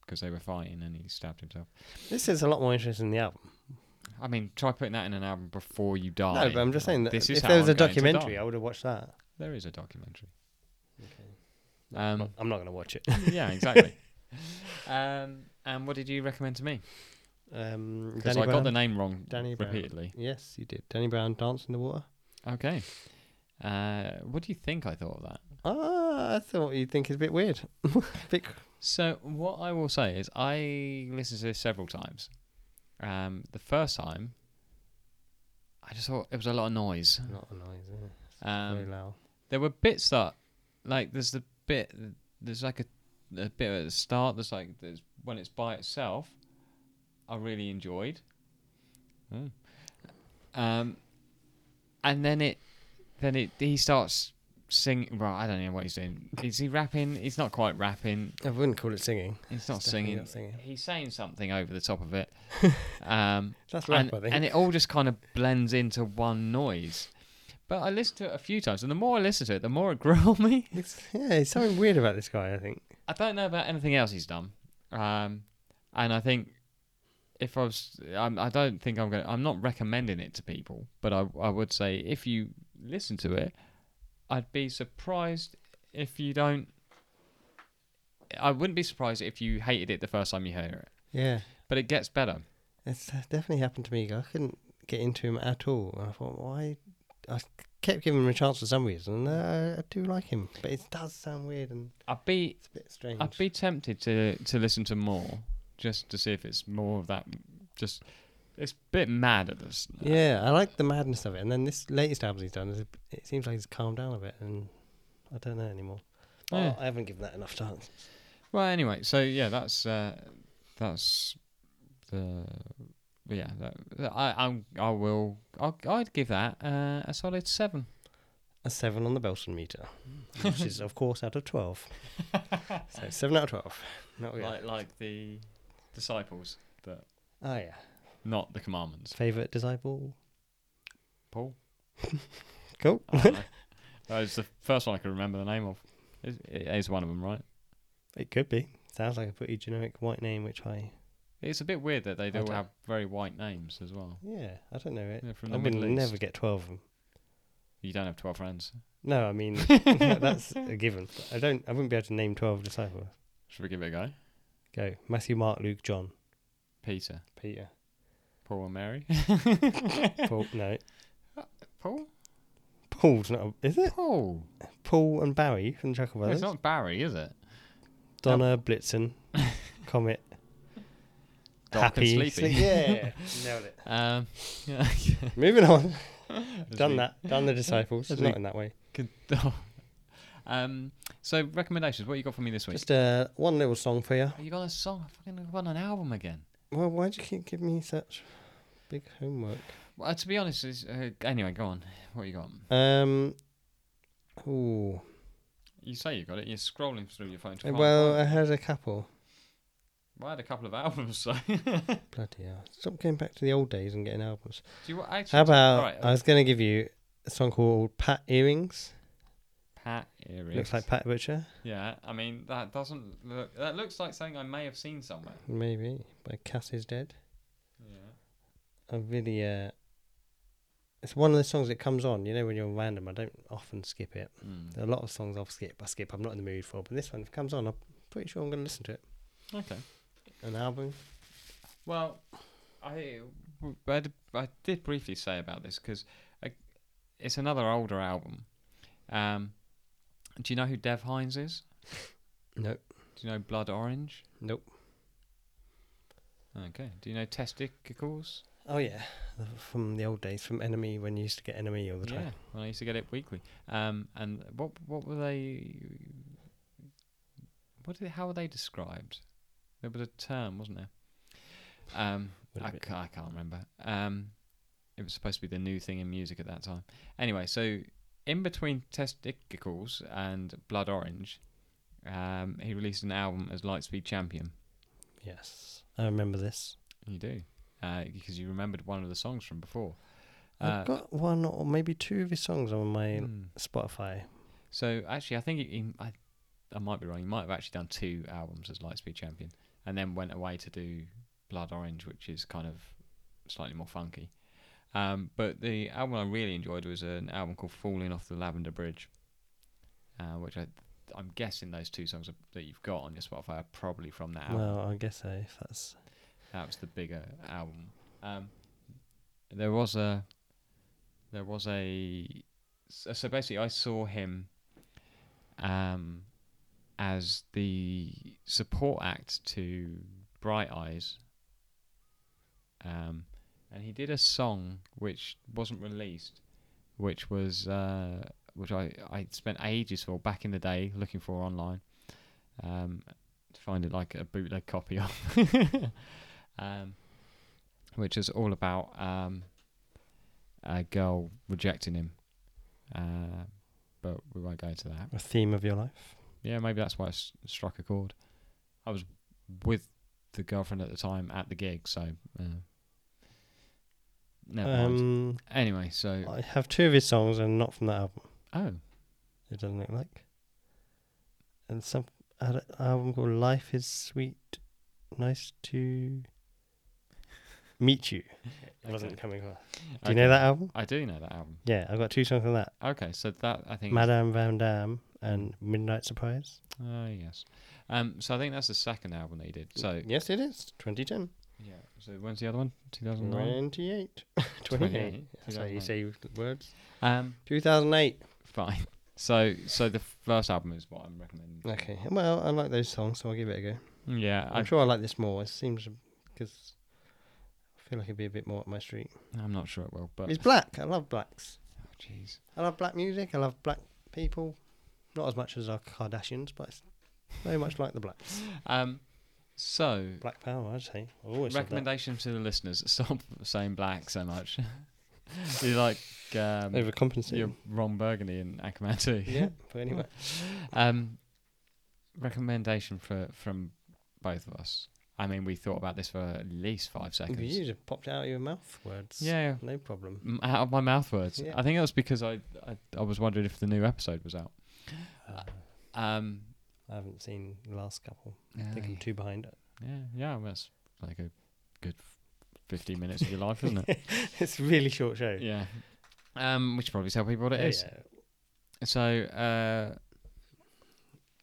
B: because they were fighting and he stabbed himself.
A: This is a lot more interesting than the album.
B: I mean, try putting that in an album before you die.
A: no, but I'm just
B: Like,
A: saying that
B: this is
A: if
B: how
A: there was
B: I'm
A: a
B: going to die.
A: documentary, I would have watched that.
B: there is a documentary.
A: Okay.
B: Um,
A: I'm not going to watch it.
B: yeah, exactly. um, and what did you recommend to me?
A: Um,
B: Because
A: Danny
B: I got
A: Brown.
B: the name wrong
A: Danny Brown.
B: repeatedly.
A: yes, you did. Danny Brown, Dance in the Water.
B: Okay. Uh, what do you think I thought of that?
A: Ah, I thought you'd think it's a bit weird. bit,
B: So what I will say is I listened to this several times. Um, the first time, I just thought it was a lot of noise.
A: Not a noise, is it? It's very
B: Um,
A: loud.
B: there were bits that, like, there's the bit, there's like a, a bit at the start. There's like, there's when it's by itself, I really enjoyed.
A: Hmm.
B: Mm. Um, and then it, then it, he starts singing. Right, I don't know what he's doing. Is he rapping? He's not quite rapping.
A: I wouldn't call it singing.
B: He's not
A: It's definitely
B: singing.
A: not singing.
B: He's saying something over the top of it. um,
A: That's rap,
B: and,
A: I think.
B: and it all just kind of blends into one noise. But I listened to it a few times, and the more I listen to it, the more it grew on me.
A: It's, yeah, it's something weird about this guy, I think.
B: I don't know about anything else he's done. Um, and I think if I was, I'm, I don't think I'm going. to I'm not recommending it to people, but I, I would say if you listen to it, I'd be surprised if you don't. I wouldn't be surprised if you hated it the first time you heard it.
A: Yeah.
B: But it gets better.
A: It's uh, definitely happened to me. I couldn't get into him at all. And I thought, why? I kept giving him a chance for some reason. And uh, I do like him. But it does sound weird and
B: I'd be
A: it's a bit strange.
B: I'd be tempted to to listen to more just to see if it's more of that. Just it's a bit mad at this.
A: yeah, I like the madness of it. And then this latest album he's done, is a, it seems like he's calmed down a bit. And I don't know anymore.
B: Yeah.
A: Oh, I haven't given that enough chance.
B: Well, anyway, so yeah, that's uh, that's the yeah. That, that- I I'm, I will I'll, I'd give that uh, a solid seven.
A: A 7 on the Belson meter, which is, of course, out of 12.
B: Oh,
A: so 7 out of 12. Not really.
B: Like like the disciples, but
A: Oh, yeah.
B: not the commandments.
A: Favourite disciple?
B: Paul.
A: Cool.
B: I don't know. that was the first one I could remember the name of. Is is one of them, right?
A: It could be. Sounds like a pretty generic white name, which I.
B: It's a bit weird that they
A: I
B: do
A: don't-
B: have very white names as well.
A: Yeah, I don't know it.
B: Yeah, from
A: I
B: the
A: would
B: Middle
A: never
B: East.
A: get 12 of them.
B: You don't have 12 friends.
A: No, I mean, that's a given. I don't. I wouldn't be able to name 12 disciples.
B: Should we give it a go?
A: Go. Matthew, Mark, Luke, John,
B: Peter,
A: Peter,
B: Paul, and Mary.
A: Paul. no.
B: Paul?
A: Paul's not. A, is it?
B: Paul.
A: Paul and Barry from the Chuckle
B: Well,
A: Brothers.
B: it's not Barry, is it?
A: Donna, Blitzen, Comet,
B: Doc and
A: Happy.
B: Sleepy.
A: Sleep- yeah. Nailed it.
B: Um, yeah.
A: Moving on.
B: As
A: Done
B: we-
A: that. Done the disciples.
B: As
A: not
B: we-
A: in that way.
B: could- oh. um, so, recommendations. What you got for me this week?
A: Just uh, one little song for you.
B: Oh, you got a song. I fucking got an album again.
A: Well, why do you keep giving me such big homework?
B: Well, to be honest, it's, uh, anyway, go on. What you got?
A: Um. Ooh.
B: You say you got it. You're scrolling through your phone. To find
A: Uh, Well,
B: one.
A: I had a couple.
B: Well, I had a couple of albums, so.
A: Bloody hell. Stop going back to the old days and getting albums.
B: Do you wa- actually?
A: How about
B: Right,
A: I was going to give you a song called Pat Earrings.
B: Pat Earrings.
A: Looks like Pat Butcher,
B: Yeah, I mean that doesn't look. That looks like something I may have seen somewhere.
A: maybe. By Cass is Dead.
B: Yeah.
A: I really. Uh, it's one of the songs that comes on. You know when you're random. I don't often skip it. There are a lot of songs I'll skip. I skip. I'm not in the mood for. But this one if it comes on. I'm pretty sure I'm going to listen to it.
B: Okay.
A: An album.
B: Well, I w- I, d- I did briefly say about this because it's another older album. Um, do you know who Dev Hines is?
A: Nope.
B: Do you know Blood Orange?
A: Nope.
B: Okay. Do you know Testicles?
A: Oh yeah, from the old days, from Enemy when you used to get Enemy all the
B: Yeah.
A: time.
B: Well, I used to get it weekly. Um, and what what were they? What did, how were they described? There was a term, wasn't there? Um,
A: Would
B: I,
A: have been-
B: ca- I can't remember. Um, it was supposed to be the new thing in music at that time. Anyway, so in between Testicles and Blood Orange, um, he released an album as Lightspeed Champion.
A: Yes, I remember this.
B: You do, uh, because you remembered one of the songs from before. Uh,
A: I've got one or maybe two of his songs on my
B: hmm.
A: Spotify.
B: So actually, I think he, he, I, I might be wrong. He might have actually done two albums as Lightspeed Champion, and then went away to do Blood Orange, which is kind of slightly more funky. Um, but the album I really enjoyed was an album called Falling Off the Lavender Bridge, uh, which I, I'm guessing those two songs that you've got on your Spotify are probably from that album.
A: Well, I guess so. If that's
B: That was the bigger album. Um, there was a, there was a, so so basically I saw him, um, as the support act to Bright Eyes. Um, and he did a song which wasn't released, which was uh, which I I spent ages for back in the day looking for online, um, to find it like a bootleg copy of, um, which is all about um, a girl rejecting him. Uh, but we won't go into that.
A: A theme of your life.
B: Yeah, maybe that's why it s- struck a chord. I was with the girlfriend at the time at the gig, so uh, never mind.
A: Um,
B: Anyway, so
A: I have two of his songs and not from that album.
B: oh,
A: It doesn't look like. And some had an album called Life Is Sweet. Nice to meet you. It wasn't
B: Okay.
A: coming across.
B: do
A: Do you know that album?
B: I do know that album.
A: Yeah, I've got two songs on that.
B: Okay, so that I think. is-
A: Madame Van Dam and Midnight Surprise.
B: Ah, yes. Um, so I think that's the second album that he did. So
A: yes, it is. 2010.
B: yeah. So when's the other one? Two thousand nine.
A: 98. 28.
B: 28.
A: That's how you say words.
B: Um,
A: 2008.
B: fine. So so the first album is what I'm recommending.
A: Okay. Well, I like those songs, so I'll give it a go.
B: Yeah, I,
A: I'm sure I like this more. It seems because I feel like it'd be a bit more up my street.
B: I'm not sure it will, but
A: It's black. I love blacks.
B: oh, jeez.
A: I love black music. I love black people. Not as much as our Kardashians, but it's very much like the blacks.
B: Um, so
A: Black power, I'd say. I always said that.
B: recommendation to the listeners: stop saying black so much. You're like um,
A: Overcompensating.
B: you're Ron Burgundy in Aquaman 2.
A: Yeah, but anyway.
B: Um, recommendation for from both of us. I mean, we thought about this for at least five seconds.
A: You just popped out of your mouth words.
B: Yeah,
A: No problem.
B: m- out of my mouth words.
A: Yeah.
B: I think that was because I, I I was wondering if the new episode was out.
A: Uh,
B: Um,
A: I haven't seen the last couple. I
B: yeah,
A: think I'm too behind it.
B: yeah, yeah, well, that's like a good fifteen minutes of your life, isn't it?
A: it's a really short show.
B: yeah. Um, we should probably tell people what it
A: Yeah,
B: is.
A: yeah.
B: So, uh,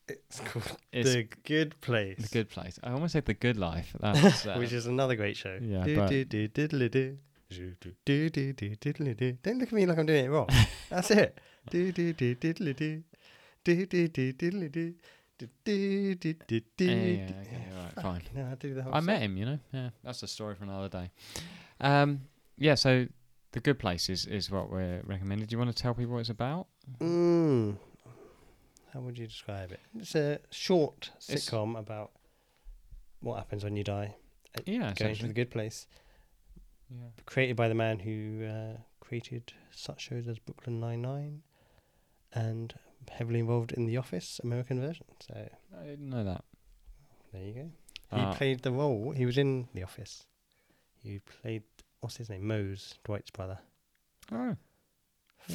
A: It's called
B: it's
A: The Good Place.
B: the good place. I almost said the good life. That's, uh,
A: which is another great show.
B: yeah,
A: Do,
B: but-
A: do, do, diddly do. Do, do, do, do, do, diddly do. Don't look at me like I'm doing it wrong. That's it. Do, do, do, diddly do. Do, do, do, diddly do. Do, do, do, do, do.
B: yeah, yeah, okay, all right, fine.
A: No, I do the whole
B: I met him, you know. Yeah, that's a story for another day. Um, yeah, so the good place is, is what we're recommending. Do you want to tell people what it's about?
A: Mm. How would you describe it? It's a short
B: It's-
A: sitcom about what happens when you die.
B: Yeah,
A: Going to the
B: essentially.
A: good place.
B: Yeah.
A: Created by the man who uh, created such shows as Brooklyn Nine Nine, and heavily involved in The Office American version. So
B: I didn't know that.
A: there you go. He
B: Ah.
A: played the role. He was in The Office. He played what's his name? Mose, Dwight's brother.
B: Oh, There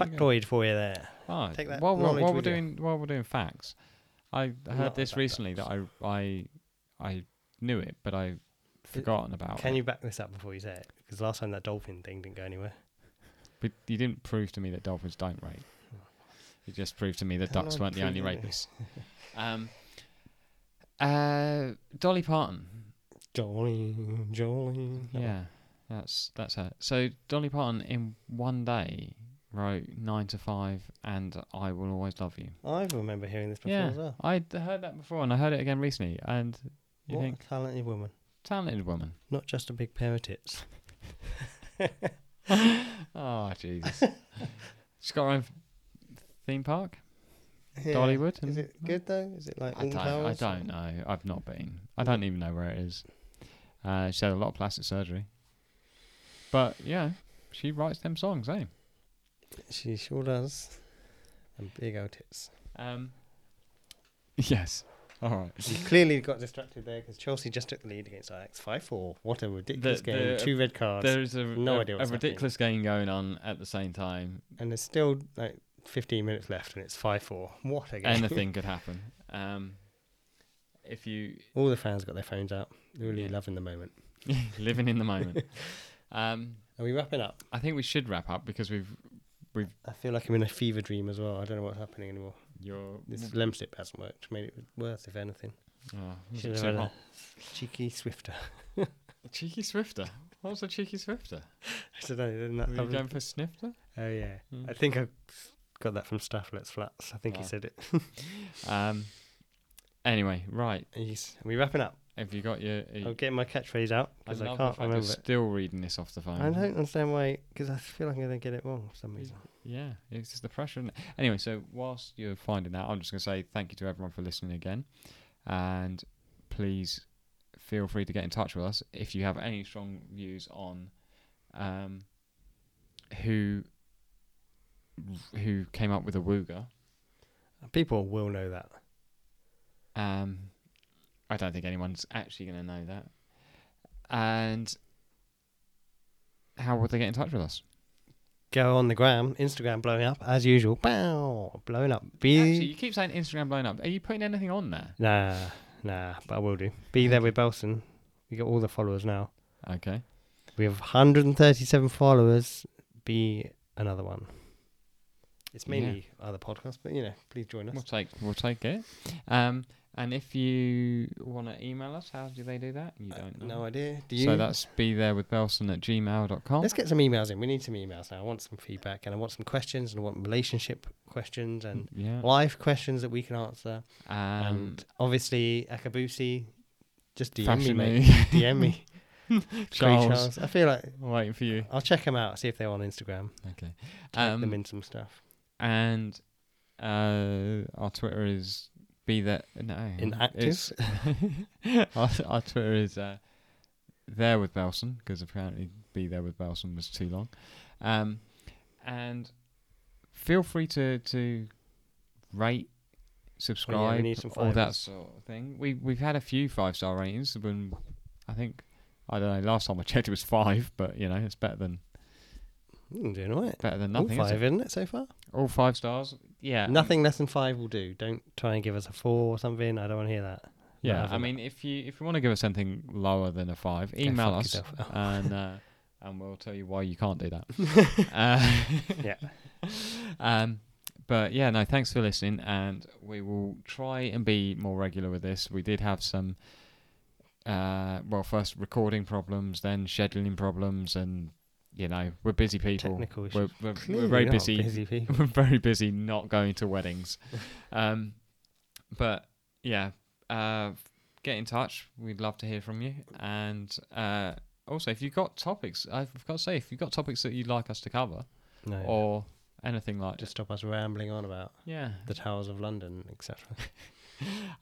B: you go.
A: Factoid for you there.
B: right.
A: Take that
B: while, we're-
A: knowledge
B: while we're
A: with you.
B: doing while we're doing facts, I heard
A: Not
B: this
A: about
B: recently that I I I knew it, but I forgotten about
A: Can
B: it.
A: you back this up before you say it? Because last time that dolphin thing didn't go anywhere.
B: But you didn't prove to me that dolphins don't rape. You just proved to me that
A: How
B: ducks
A: am I
B: weren't the only
A: proving it?
B: rapists. um, uh, Dolly Parton.
A: Jolene, Jolene.
B: Yeah, that's that's her. So Dolly Parton in one day wrote Nine to Five and I Will Always Love You.
A: I remember hearing this before
B: yeah,
A: as well.
B: I heard that before and I heard it again recently. And you
A: what
B: think
A: a talented woman.
B: talented woman?
A: Not just a big pair of tits.
B: Oh Jesus! She's got her own theme park, Dollywood.
A: Is
B: and-
A: it good though? Is it like
B: I don't, I don't know. I've not been. I don't even know where it is. Uh, she had a lot of plastic surgery. But yeah, she writes them songs, eh?
A: She sure does. And big old tits.
B: Um, yes. All right.
A: You clearly got distracted there because Chelsea just took the lead against Ajax 5 4. What a ridiculous game.
B: the-
A: Two red cards.
B: There is a,
A: no
B: a-
A: idea
B: a
A: what's happening.
B: ridiculous game going on at the same time.
A: And there's still like 15 minutes left and it's 5 4. What a game.
B: Anything could happen. Um, if you
A: All the fans got their phones out. Really
B: Yeah.
A: loving the moment.
B: living in the moment, um,
A: Are we wrapping up?
B: I think we should wrap up because we've
A: I feel like I'm in a fever dream as well. I don't know what's happening anymore.
B: you're
A: This lemon sip hasn't worked. Made it worse, if anything.
B: oh, it's
A: Should have
B: too
A: had a
B: hot.
A: cheeky swifter.
B: cheeky swifter. What's a cheeky swifter?
A: I don't know. Didn't that
B: Were you
A: have a-
B: going for snifter?
A: Oh yeah,
B: Mm.
A: I think I got that from Stafflet's Flats. I think he
B: Ah.
A: said it.
B: Um, Anyway, right.
A: Yes. Are we wrapping up?
B: Have you got your? uh,
A: I'm getting my catchphrase out
B: I
A: because Oh, I,
B: love the
A: can't
B: fact you're
A: remember it.
B: still reading this off the phone.
A: I don't understand why, because I feel like I'm going to get it wrong for some reason.
B: Yeah, it's just the pressure. Isn't it? Anyway, so whilst you're finding that, I'm just going to say thank you to everyone for listening again, and please feel free to get in touch with us if you have any strong views on um, who who came up with a wooga.
A: People will know that.
B: Um, I don't think anyone's actually going to know that. And how would they get in touch with us?
A: Go on the gram, Instagram blowing up as usual. Bow, blowing up. Be
B: Actually, you keep saying Instagram blowing up. Are you putting anything on there?
A: nah, nah, but I will do. Be there with Belson. We got all the followers now.
B: Okay.
A: We have 137 followers. Be another one. It's
B: Yeah.
A: mainly other podcasts, but you know, please join us.
B: We'll take we'll take it. Um, and if you want to email us, how do they do that? You don't know.
A: Uh, No idea. Do you?
B: So that's be there with Belson at gmail.com.
A: Let's get some emails in. We need some emails now. I want some feedback and I want some questions and I want relationship questions and
B: Yeah.
A: life questions that we can answer.
B: Um,
A: and obviously, Akabusi, just DM
B: fashion
A: me, mate.
B: me.
A: DM me. Cray
B: Charles,
A: Charles. I feel like
B: waiting for you.
A: I'll check them out, see if they're on Instagram.
B: Okay.
A: Tag
B: Um,
A: them in some stuff.
B: and uh, our Twitter is be that no
A: Inactive.
B: it's- our, our Twitter is uh, there with Belson because apparently be there with Belson was too long, um, and feel free to to rate. Subscribe,
A: need some
B: all that
A: fivers.
B: sort of thing. We we've had a few five star ratings. When I think I don't know. Last time I checked, it was five, but you know it's better than
A: Mm, doing all right.
B: better than
A: All
B: nothing.
A: five,
B: Is it? Uh,
A: isn't it, so far?
B: All five stars. Yeah.
A: Nothing less than five will do. Don't try and give us a four or something. I don't want to hear that.
B: Yeah,
A: Rather
B: I
A: than-
B: mean, if you if you want to give us something lower than a five, email
A: fuck
B: us
A: yourself. Oh.
B: and uh, and we'll tell you why you can't do that. uh,
A: Yeah.
B: um, but yeah, no, thanks for listening, and we will try and be more regular with this. We did have some, uh, well, first recording problems, then scheduling problems, and you know we're busy people.
A: Technical
B: We're,
A: issues.
B: we're,
A: Clearly
B: we're very
A: not
B: busy
A: busy people.
B: we're very busy not going to weddings. Um, but yeah, uh, get in touch. We'd love to hear from you. And uh, also, if you've got topics, I've got to say, if you've got topics that you'd like us to cover
A: No.
B: or anything like
A: Just
B: just
A: stop us rambling on about
B: yeah,
A: the Towers of London, etc.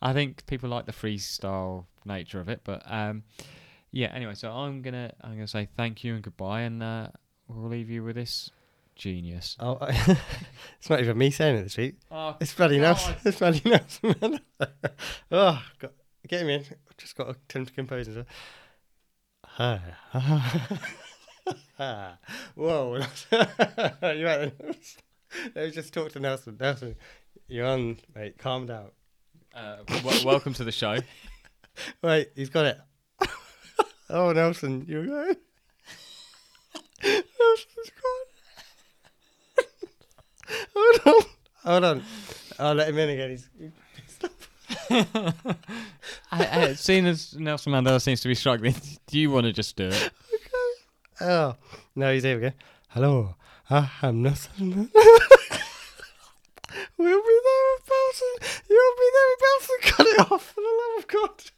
B: I think people like the freestyle nature of it. But um, yeah, anyway, so I'm gonna I'm gonna say thank you and goodbye, and uh, we'll leave you with this genius.
A: Oh, I- it's not even me saying it this week.
B: Oh,
A: It's bloody
B: God.
A: Nelson. It's bloody Nelson, man. oh, got, get him in. Just got to to compose himself. Hi. Whoa. Nelson. you right then? Let me just talk to Nelson. Nelson, you're on, mate. Calm down.
B: uh, w- welcome to the show.
A: Wait, he's got it. oh, Nelson, you're going. Nelson's gone. Hold on. Hold on. I'll let him in again. He's, he's pissed off.
B: I, I, seeing as Nelson Mandela seems to be struggling, do you want to just do it?
A: Oh, no, he's here again. Hello, I am Nelson. we'll be there in Belson. You'll be there in Belson. Cut it off, for the love of God.